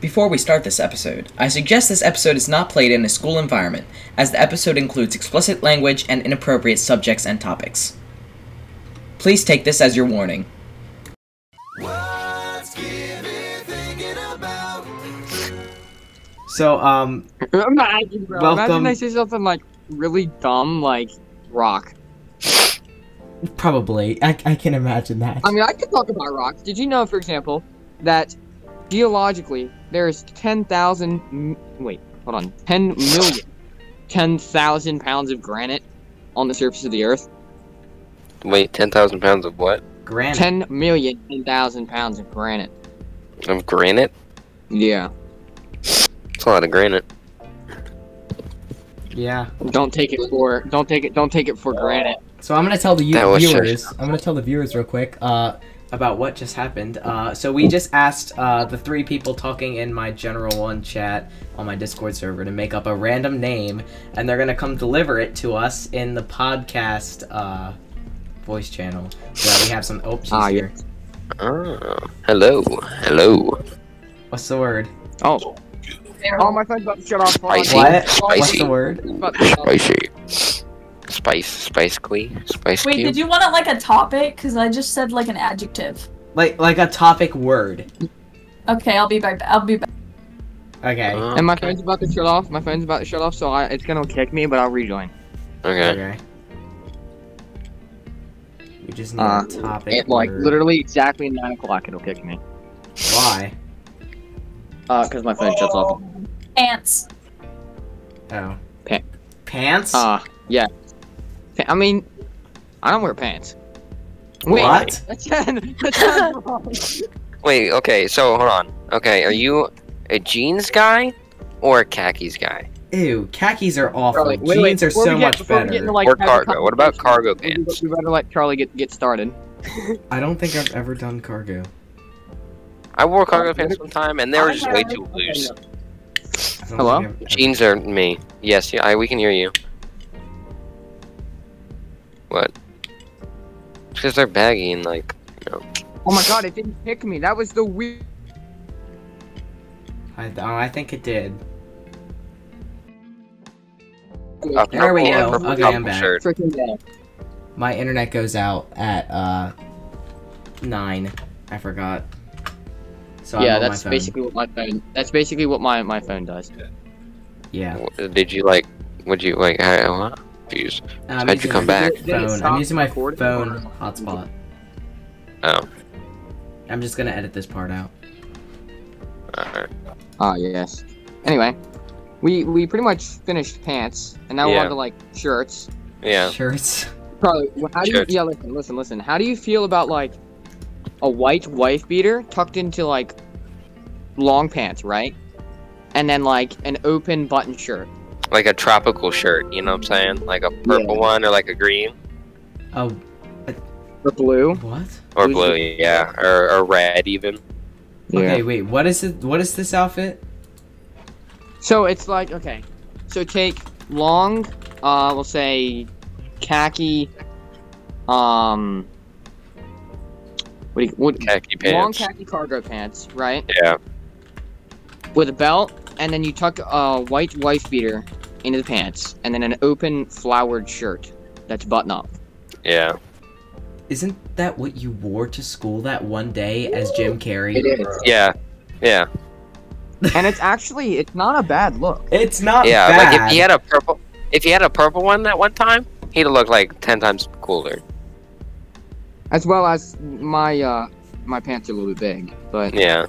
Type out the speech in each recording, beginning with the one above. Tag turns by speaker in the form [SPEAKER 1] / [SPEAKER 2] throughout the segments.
[SPEAKER 1] Before we start this episode, I suggest this episode is not played in a school environment, as the episode includes explicit language and inappropriate subjects and topics. Please take this as your warning.
[SPEAKER 2] So, um,
[SPEAKER 3] Imagine, bro.
[SPEAKER 2] Welcome.
[SPEAKER 3] Imagine I say something like really dumb, like rock.
[SPEAKER 2] probably. I, I can imagine that.
[SPEAKER 3] I mean, I could talk about rocks. Did you know, for example, that geologically there is 10,000. m- Wait, hold on. 10 million. 10,000 pounds of granite on the surface of the earth.
[SPEAKER 4] Wait, 10,000 pounds of what?
[SPEAKER 2] Granite.
[SPEAKER 3] 10 million, 10,000 pounds of granite.
[SPEAKER 4] Of granite?
[SPEAKER 3] Yeah.
[SPEAKER 4] It's a lot of granite.
[SPEAKER 2] Yeah.
[SPEAKER 3] Don't take it for. Don't take it. Don't take it for granted.
[SPEAKER 2] So I'm gonna tell the
[SPEAKER 4] That
[SPEAKER 2] u-
[SPEAKER 4] was just-
[SPEAKER 2] viewers. I'm gonna tell the viewers real quick. Uh. About what just happened. Uh, so we just asked uh, the three people talking in my general one chat on my Discord server to make up a random name, and they're gonna come deliver it to us in the podcast uh, voice channel. So we have some. Oh, she's
[SPEAKER 3] Ah, yeah.
[SPEAKER 2] here.
[SPEAKER 4] Oh, hello. Hello.
[SPEAKER 2] What's the word?
[SPEAKER 3] Oh. Oh, my phone's about to shut off. Hold on.
[SPEAKER 4] Spicy.
[SPEAKER 2] What? What's
[SPEAKER 4] Spicy.
[SPEAKER 2] the word?
[SPEAKER 3] But-
[SPEAKER 4] Spicy. Spice. Spice Clee. Spice
[SPEAKER 5] Wait,
[SPEAKER 4] cube.
[SPEAKER 5] did you want it like a topic? Because I just said like an adjective.
[SPEAKER 2] Like like a topic word.
[SPEAKER 5] Okay, I'll be back. I'll be back.
[SPEAKER 2] Okay.
[SPEAKER 4] Oh,
[SPEAKER 3] And my
[SPEAKER 4] okay.
[SPEAKER 3] phone's about to shut off. My phone's about to shut off, so I, it's gonna kick me, but I'll rejoin.
[SPEAKER 4] Okay.
[SPEAKER 2] Okay. We just need
[SPEAKER 3] Uh,
[SPEAKER 2] a topic.
[SPEAKER 3] It, like
[SPEAKER 2] word.
[SPEAKER 3] literally exactly nine o'clock, it'll kick me.
[SPEAKER 2] Why?
[SPEAKER 3] Uh, cause my phone shuts off.
[SPEAKER 5] Ants.
[SPEAKER 2] Oh.
[SPEAKER 3] Pa-
[SPEAKER 2] Pants?
[SPEAKER 3] Uh, yeah. Pa- I mean, I don't wear pants.
[SPEAKER 2] What?
[SPEAKER 3] That's ten. That's ten.
[SPEAKER 4] Wait, okay, so hold on. Okay, are you a jeans guy or a khakis guy?
[SPEAKER 2] Ew, khakis are awful.
[SPEAKER 3] Charlie,
[SPEAKER 2] Jeans
[SPEAKER 3] wait, wait,
[SPEAKER 2] are
[SPEAKER 3] before
[SPEAKER 2] so
[SPEAKER 3] we get-
[SPEAKER 2] much
[SPEAKER 3] before we get
[SPEAKER 2] better.
[SPEAKER 3] into, like,
[SPEAKER 4] Or
[SPEAKER 3] having
[SPEAKER 4] cargo. What about cargo
[SPEAKER 3] conversations,
[SPEAKER 4] pants?
[SPEAKER 3] We we better let Charlie get get started.
[SPEAKER 2] I don't think I've ever done cargo.
[SPEAKER 4] I wore cargo pants one time and they were just way
[SPEAKER 5] Okay.
[SPEAKER 4] too loose.
[SPEAKER 2] I don't
[SPEAKER 3] Hello?
[SPEAKER 2] think I've-
[SPEAKER 4] Jeans are me. Yes, yeah, I, we can hear you. What? Because they're baggy and like.
[SPEAKER 3] Oh my god, it didn't kick me. That was the weird.
[SPEAKER 2] I, oh, I think it did.
[SPEAKER 4] a
[SPEAKER 2] There
[SPEAKER 4] purple-
[SPEAKER 2] we
[SPEAKER 4] a
[SPEAKER 2] go.
[SPEAKER 4] purple
[SPEAKER 2] Okay, I'm
[SPEAKER 4] couple
[SPEAKER 2] back.
[SPEAKER 4] shirt.
[SPEAKER 3] Freaking day.
[SPEAKER 2] My internet goes out at uh nine. I forgot. So I'm
[SPEAKER 3] Yeah,
[SPEAKER 2] on my
[SPEAKER 3] that's
[SPEAKER 2] phone.
[SPEAKER 3] basically what my phone. That's basically what my my phone does.
[SPEAKER 2] yeah.
[SPEAKER 4] Wh- Did you like? Would you like? I, what? Jeez.
[SPEAKER 2] I'm
[SPEAKER 4] How'd you
[SPEAKER 2] using
[SPEAKER 4] come
[SPEAKER 2] my
[SPEAKER 4] back?
[SPEAKER 3] Did it
[SPEAKER 2] Phone. I'm
[SPEAKER 3] stop
[SPEAKER 2] using my
[SPEAKER 3] recording?
[SPEAKER 2] phone hotspot.
[SPEAKER 4] Oh.
[SPEAKER 2] I'm just gonna edit this part out.
[SPEAKER 4] Alright.
[SPEAKER 3] Ah, yes. Anyway, we we pretty much finished pants, and now we're
[SPEAKER 4] Yeah.
[SPEAKER 3] on to like shirts.
[SPEAKER 4] Yeah.
[SPEAKER 2] Shirts.
[SPEAKER 3] Charlie, wh- how do you?
[SPEAKER 4] Shirts.
[SPEAKER 3] Yeah, listen, listen, listen. How do you feel about like a white wife beater tucked into like long pants, right? And then like an open button shirt.
[SPEAKER 4] Like a tropical shirt, you know what I'm saying? Like a purple one or like a green
[SPEAKER 2] Oh,
[SPEAKER 3] The blue.
[SPEAKER 2] what?
[SPEAKER 4] or
[SPEAKER 3] Blue
[SPEAKER 4] blue, yeah, or, or red even.
[SPEAKER 2] Okay, wait. What is it? What is this outfit?
[SPEAKER 3] So it's like okay. So take long, uh, we'll say khaki. Um. What do you, what,
[SPEAKER 4] Khaki
[SPEAKER 3] long
[SPEAKER 4] pants.
[SPEAKER 3] khaki cargo pants, right?
[SPEAKER 4] Yeah.
[SPEAKER 3] With a belt, and then you tuck a white wife beater into the pants, and then an open flowered shirt that's button up.
[SPEAKER 4] Yeah.
[SPEAKER 2] Isn't that what you wore to school that one day as Jim Carrey?
[SPEAKER 3] is,
[SPEAKER 4] Yeah. Yeah.
[SPEAKER 3] and it's actually it's not a bad look.
[SPEAKER 2] It's not
[SPEAKER 4] Yeah.
[SPEAKER 2] bad.
[SPEAKER 4] Like if he had a purple if he had a purple one that one time, he'd look like ten times cooler.
[SPEAKER 3] As well as my uh my pants are a little bit big, but
[SPEAKER 4] Yeah.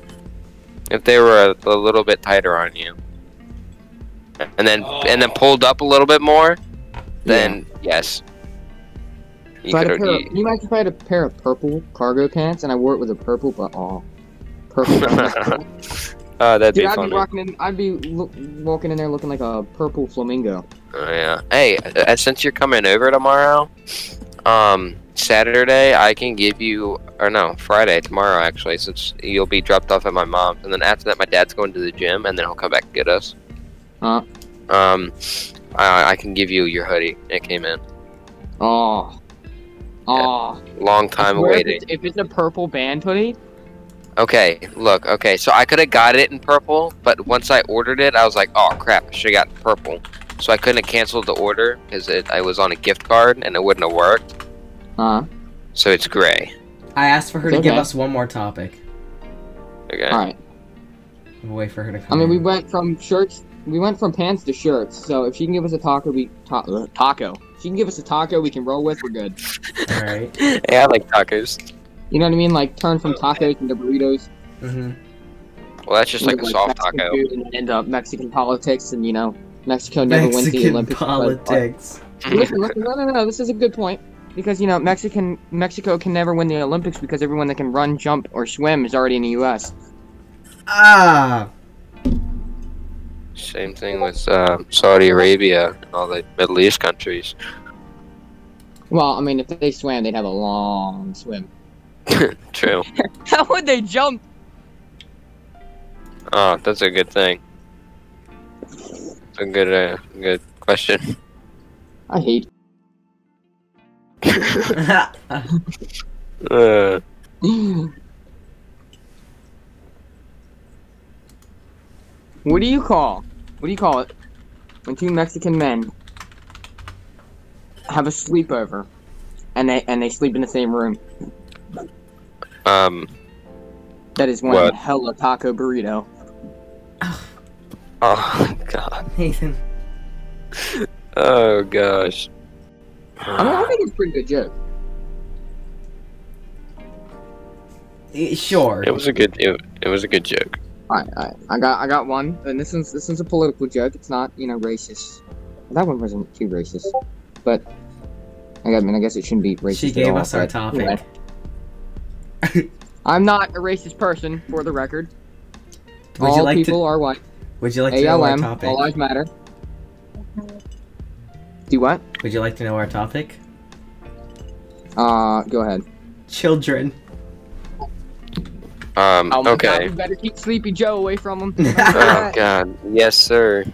[SPEAKER 4] If they were a, a little bit tighter on you. And then and
[SPEAKER 3] Oh.
[SPEAKER 4] then pulled up a little bit more, then yes. You
[SPEAKER 3] so I had a
[SPEAKER 4] could
[SPEAKER 3] pair of,
[SPEAKER 4] you,
[SPEAKER 3] can you imagine if I had a pair of purple cargo pants and I wore it with a purple but oh purple. button-up?
[SPEAKER 4] Oh, that'd
[SPEAKER 3] Dude,
[SPEAKER 4] be
[SPEAKER 3] I'd
[SPEAKER 4] funny.
[SPEAKER 3] be walking in. I'd be look, walking in there looking like a purple flamingo.
[SPEAKER 4] Oh, yeah. Hey, uh, since you're coming over tomorrow, um, Saturday I can give you, or no, Friday tomorrow actually, since you'll be dropped off at my mom's, and then after that my dad's going to the gym, and then he'll come back and get us.
[SPEAKER 3] Huh?
[SPEAKER 4] Um, I, I can give you your hoodie. It came in
[SPEAKER 3] Oh, oh.
[SPEAKER 4] long
[SPEAKER 3] I
[SPEAKER 4] time
[SPEAKER 3] swear if
[SPEAKER 4] awaiting.
[SPEAKER 3] it's- If it's, a purple band hoodie,
[SPEAKER 4] Okay, look, okay, so I could have got it in purple, but once I ordered it, I was like, oh crap, I should have gotten purple. So I couldn't have canceled the order because I was on a gift card and it wouldn't have worked.
[SPEAKER 3] Uh,
[SPEAKER 4] So it's gray.
[SPEAKER 2] I asked for her to
[SPEAKER 3] It's
[SPEAKER 2] give
[SPEAKER 3] okay.
[SPEAKER 2] us one more topic.
[SPEAKER 4] Okay.
[SPEAKER 3] all right.
[SPEAKER 2] We'll wait for her to
[SPEAKER 3] I
[SPEAKER 2] come.
[SPEAKER 3] mean, we
[SPEAKER 2] in.
[SPEAKER 3] went from shirts, we went from pants to shirts. So if she can give us a taco, we ta- ugh, taco. If She can give us a taco we can roll with. We're good.
[SPEAKER 2] All right.
[SPEAKER 4] Yeah, I like tacos.
[SPEAKER 3] You know what I mean? Like turn
[SPEAKER 4] Oh,
[SPEAKER 3] from tacos into burritos.
[SPEAKER 2] hmm
[SPEAKER 4] Well, that's just like
[SPEAKER 3] into,
[SPEAKER 4] a soft
[SPEAKER 3] Mexican
[SPEAKER 4] taco.
[SPEAKER 3] food and end up Mexican politics, and you know, Mexico never wins the Olympics. because- Listen, listen, no, no, no. This is a good point because you know Mexican Mexico can never win the Olympics because everyone that can run, jump, or swim is already in the U.S.
[SPEAKER 2] Ah.
[SPEAKER 4] Same thing with uh, Saudi Arabia and all the Middle East countries.
[SPEAKER 3] Well, I mean, if they swam, they'd have a long swim.
[SPEAKER 4] True.
[SPEAKER 3] How would they jump?
[SPEAKER 4] Oh, that's a good thing. That's a good, uh, good question.
[SPEAKER 3] I hate.
[SPEAKER 2] Ah!
[SPEAKER 4] Uh,
[SPEAKER 3] what do you call? What do you call it when two Mexican men have a sleepover and they and they sleep in the same room?
[SPEAKER 4] um.
[SPEAKER 3] That is one
[SPEAKER 4] What?
[SPEAKER 3] hella taco burrito.
[SPEAKER 4] Oh God.
[SPEAKER 2] Nathan.
[SPEAKER 4] Oh gosh.
[SPEAKER 3] I mean, I think it's a pretty good joke.
[SPEAKER 2] Eh, Sure.
[SPEAKER 4] It was a good. It, it was a good joke.
[SPEAKER 3] Alright, alright. I got I got one. And this one's this one's a political joke. It's not, you know, racist. That one wasn't too racist. But I got- I mean I guess it shouldn't be racist.
[SPEAKER 2] she
[SPEAKER 3] at
[SPEAKER 2] gave
[SPEAKER 3] all,
[SPEAKER 2] us our
[SPEAKER 3] but
[SPEAKER 2] topic.
[SPEAKER 3] anyway. I'm not a racist person, for the record.
[SPEAKER 2] Would
[SPEAKER 3] all
[SPEAKER 2] you like
[SPEAKER 3] people
[SPEAKER 2] to?
[SPEAKER 3] are white.
[SPEAKER 2] Would you like to know our
[SPEAKER 3] ALM,
[SPEAKER 2] topic?
[SPEAKER 3] all lives matter. Do what?
[SPEAKER 2] Would you like to know our topic?
[SPEAKER 3] Uh, go ahead.
[SPEAKER 2] Children.
[SPEAKER 4] Um.
[SPEAKER 3] Oh my God,
[SPEAKER 4] okay.
[SPEAKER 3] we better keep Sleepy Joe away from him.
[SPEAKER 4] Oh God. Yes, sir.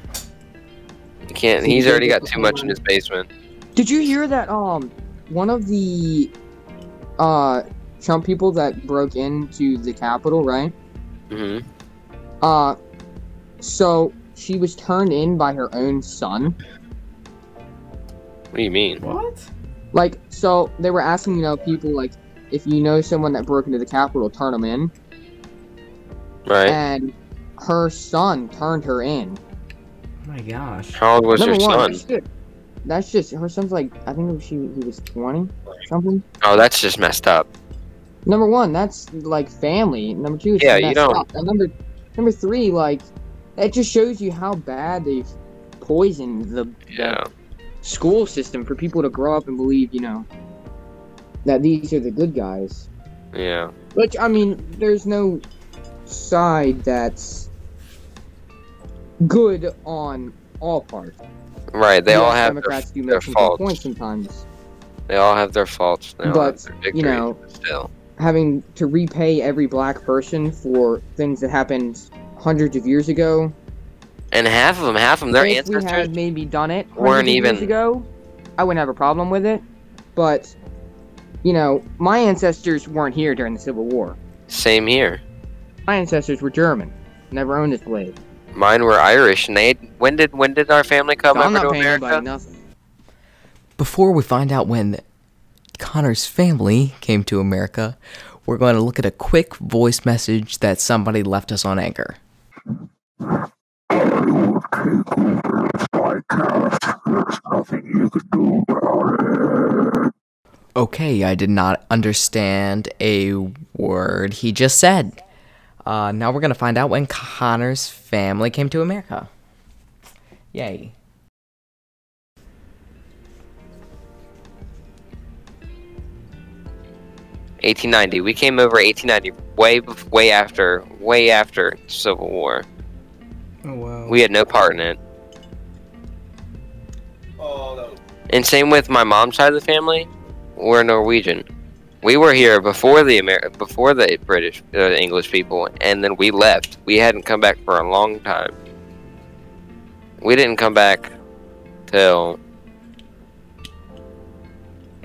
[SPEAKER 4] You can't. He's already got too much in his basement.
[SPEAKER 3] Did you hear that? Um, one of the uh Trump people that broke into the Capitol, right?
[SPEAKER 4] hmm
[SPEAKER 3] Uh, so she was turned in by her own son.
[SPEAKER 4] What do you mean?
[SPEAKER 2] what?
[SPEAKER 3] Like, so they were asking, you know, people like, if you know someone that broke into the Capitol, turn them in.
[SPEAKER 4] Right.
[SPEAKER 3] And her son turned her in.
[SPEAKER 2] Oh my gosh.
[SPEAKER 4] How old was your
[SPEAKER 3] Number
[SPEAKER 4] son?
[SPEAKER 3] one, That's just, that's just her son's like I think she he was twenty something.
[SPEAKER 4] Oh, that's just messed up.
[SPEAKER 3] Number one, that's like family. Number two, it's
[SPEAKER 4] Yeah, you
[SPEAKER 3] messed
[SPEAKER 4] don't-
[SPEAKER 3] up. And number number three, like that just shows you how bad they've poisoned the, the
[SPEAKER 4] Yeah.
[SPEAKER 3] school system for people to grow up and believe, you know, that these are the good guys.
[SPEAKER 4] Yeah.
[SPEAKER 3] Which I mean, there's no side that's good on all parts.
[SPEAKER 4] Right. They
[SPEAKER 3] Yes,
[SPEAKER 4] all have their,
[SPEAKER 3] Democrats do
[SPEAKER 4] their
[SPEAKER 3] make some good
[SPEAKER 4] faults.
[SPEAKER 3] points sometimes.
[SPEAKER 4] They all have their faults. They all
[SPEAKER 3] But,
[SPEAKER 4] have their
[SPEAKER 3] you
[SPEAKER 4] victories.
[SPEAKER 3] know-
[SPEAKER 4] but still.
[SPEAKER 3] having to repay every black person for things that happened hundreds of years ago.
[SPEAKER 4] And half of them, half of them, their
[SPEAKER 3] if we
[SPEAKER 4] ancestors.
[SPEAKER 3] had maybe done it
[SPEAKER 4] weren't
[SPEAKER 3] hundreds of years
[SPEAKER 4] even-
[SPEAKER 3] ago, I wouldn't have a problem with it. But you know, my ancestors weren't here during the Civil War.
[SPEAKER 4] Same here.
[SPEAKER 3] My ancestors were German. Never owned this blade.
[SPEAKER 4] Mine were Irish, and they. When did when did our family come
[SPEAKER 3] So I'm
[SPEAKER 4] over
[SPEAKER 3] not
[SPEAKER 4] to
[SPEAKER 3] paying anybody
[SPEAKER 4] America?
[SPEAKER 3] nothing.
[SPEAKER 6] Before we find out when Connor's family came to America, we're going to look at a quick voice message that somebody left us on Anchor. Okay, I did not understand a word he just said. Uh, now we're going to find out when Connor's family came to America. Yay.
[SPEAKER 4] Eighteen ninety. We came over eighteen ninety. Way bef- way after way after Civil War.
[SPEAKER 2] Oh wow.
[SPEAKER 4] We had no part in it. And same with my mom's side of the family. We're Norwegian. We were here before the Ameri- before the British uh, English people, and then we left. We hadn't come back for a long time. We didn't come back till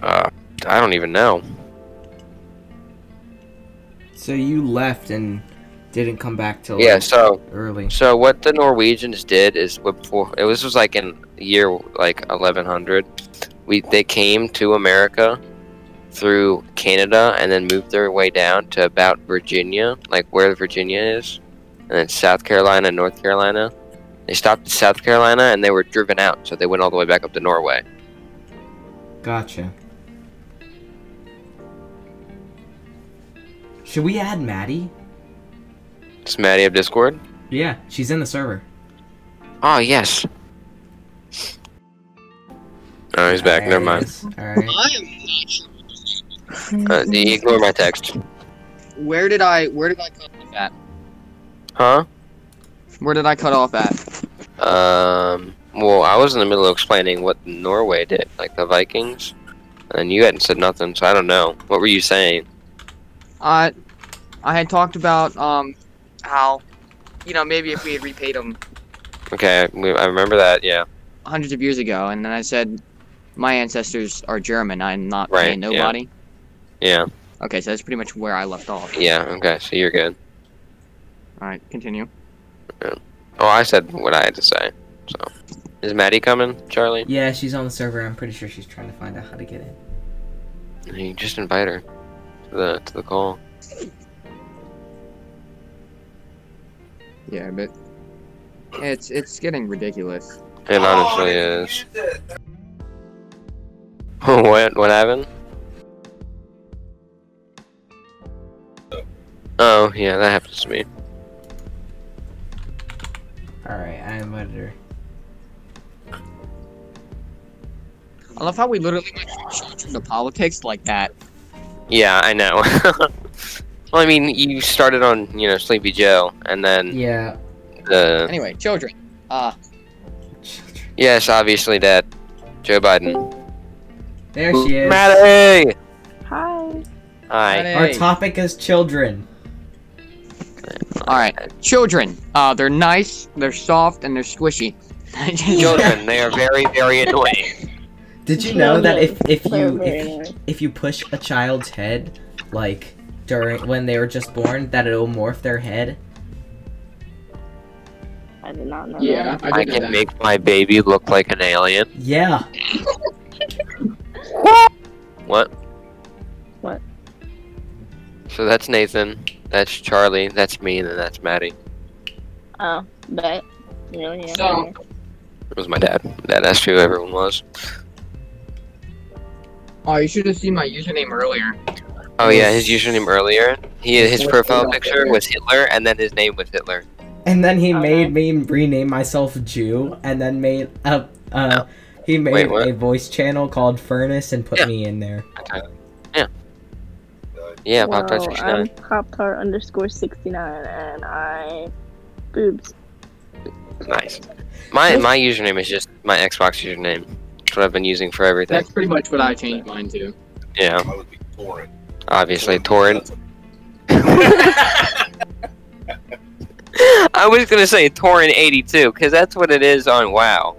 [SPEAKER 4] uh, I don't even know.
[SPEAKER 2] So you left and didn't come back till
[SPEAKER 4] Yeah,
[SPEAKER 2] like,
[SPEAKER 4] so
[SPEAKER 2] early.
[SPEAKER 4] so what the Norwegians did is what before it was, was like in year like 1100, we they came to America through Canada and then moved their way down to about Virginia, like where Virginia is, and then South Carolina, North Carolina. They stopped at South Carolina and they were driven out, so they went all the way back up to Norway.
[SPEAKER 2] Gotcha. Should we add Maddie?
[SPEAKER 4] Is Maddie of Discord?
[SPEAKER 2] Yeah, she's in the server.
[SPEAKER 4] Oh yes. Oh, he's back. Never mind.
[SPEAKER 2] Alright.
[SPEAKER 3] I am not sure.
[SPEAKER 4] Uh, ignore my text.
[SPEAKER 3] Where did I where did I cut off at?
[SPEAKER 4] Huh?
[SPEAKER 3] Where did I cut off at?
[SPEAKER 4] Um. Well, I was in the middle of explaining what Norway did, like the Vikings, and you hadn't said nothing, so I don't know. What were you saying?
[SPEAKER 3] I I had talked about um how you know maybe if we had repaid them
[SPEAKER 4] Okay, we, I remember that. Yeah.
[SPEAKER 3] hundreds of years ago, and then I said my ancestors are German. I'm not
[SPEAKER 4] Right,
[SPEAKER 3] paying
[SPEAKER 4] yeah.
[SPEAKER 3] nobody.
[SPEAKER 4] Yeah.
[SPEAKER 3] Okay, so that's pretty much where I left off.
[SPEAKER 4] Yeah. Okay. So you're good.
[SPEAKER 3] All right, continue.
[SPEAKER 4] Oh, I said what I had to say. So, is Maddie coming, Charlie?
[SPEAKER 2] Yeah, she's on the server. I'm pretty sure she's trying to find out how to get in.
[SPEAKER 4] You just invite her to the to the call.
[SPEAKER 3] Yeah, but it's it's getting ridiculous.
[SPEAKER 4] It honestly is. what? What happened? Oh yeah, that happens to me.
[SPEAKER 2] Alright, I invited her.
[SPEAKER 3] I love how we literally went straight into politics like that.
[SPEAKER 4] Yeah, I know. well, I mean, you started on you know Sleepy Joe, and then
[SPEAKER 2] Yeah.
[SPEAKER 4] the
[SPEAKER 3] Anyway, children. Uh,
[SPEAKER 2] Children.
[SPEAKER 4] yes, obviously that Joe Biden.
[SPEAKER 2] There she is.
[SPEAKER 4] Maddie.
[SPEAKER 5] Hi.
[SPEAKER 4] Hi.
[SPEAKER 2] Our
[SPEAKER 3] hey.
[SPEAKER 2] topic is children.
[SPEAKER 3] all right, children. Uh, they're nice, they're soft, and they're squishy.
[SPEAKER 4] Children, they are very, very annoying.
[SPEAKER 2] Did you know that if, if you if,
[SPEAKER 7] Anyway.
[SPEAKER 2] if you push a child's head, like during when they were just born, that it'll morph their head?
[SPEAKER 7] I did not know that.
[SPEAKER 4] I can make my baby look like an alien.
[SPEAKER 2] Yeah.
[SPEAKER 4] What?
[SPEAKER 7] What?
[SPEAKER 4] So that's Nathan. That's Charlie. That's me, and then that's Maddie.
[SPEAKER 7] Oh, but you know, yeah.
[SPEAKER 3] So-
[SPEAKER 4] It was my dad. Dad asked who everyone was.
[SPEAKER 3] Oh, you should have seen my username earlier.
[SPEAKER 4] Oh yeah, his
[SPEAKER 2] Yes.
[SPEAKER 4] username earlier. He his profile picture was Hitler, and then his name was Hitler.
[SPEAKER 2] And then he
[SPEAKER 7] Okay.
[SPEAKER 2] made me rename myself Jew, and then made a uh, he made
[SPEAKER 4] Wait, what?
[SPEAKER 2] a voice channel called Furnace and put
[SPEAKER 4] Yeah.
[SPEAKER 2] me in there.
[SPEAKER 4] Yeah, Pop Tart
[SPEAKER 7] Well,
[SPEAKER 4] 69.
[SPEAKER 7] I'm Pop Tart underscore 69, and I boobs.
[SPEAKER 4] Nice. My my username is just my Xbox username. That's what I've been using for everything.
[SPEAKER 3] That's pretty much what I changed mine to.
[SPEAKER 4] Yeah,
[SPEAKER 8] I would be torrent.
[SPEAKER 4] obviously torrent. I was gonna say torrent eighty two because that's what it is on WoW.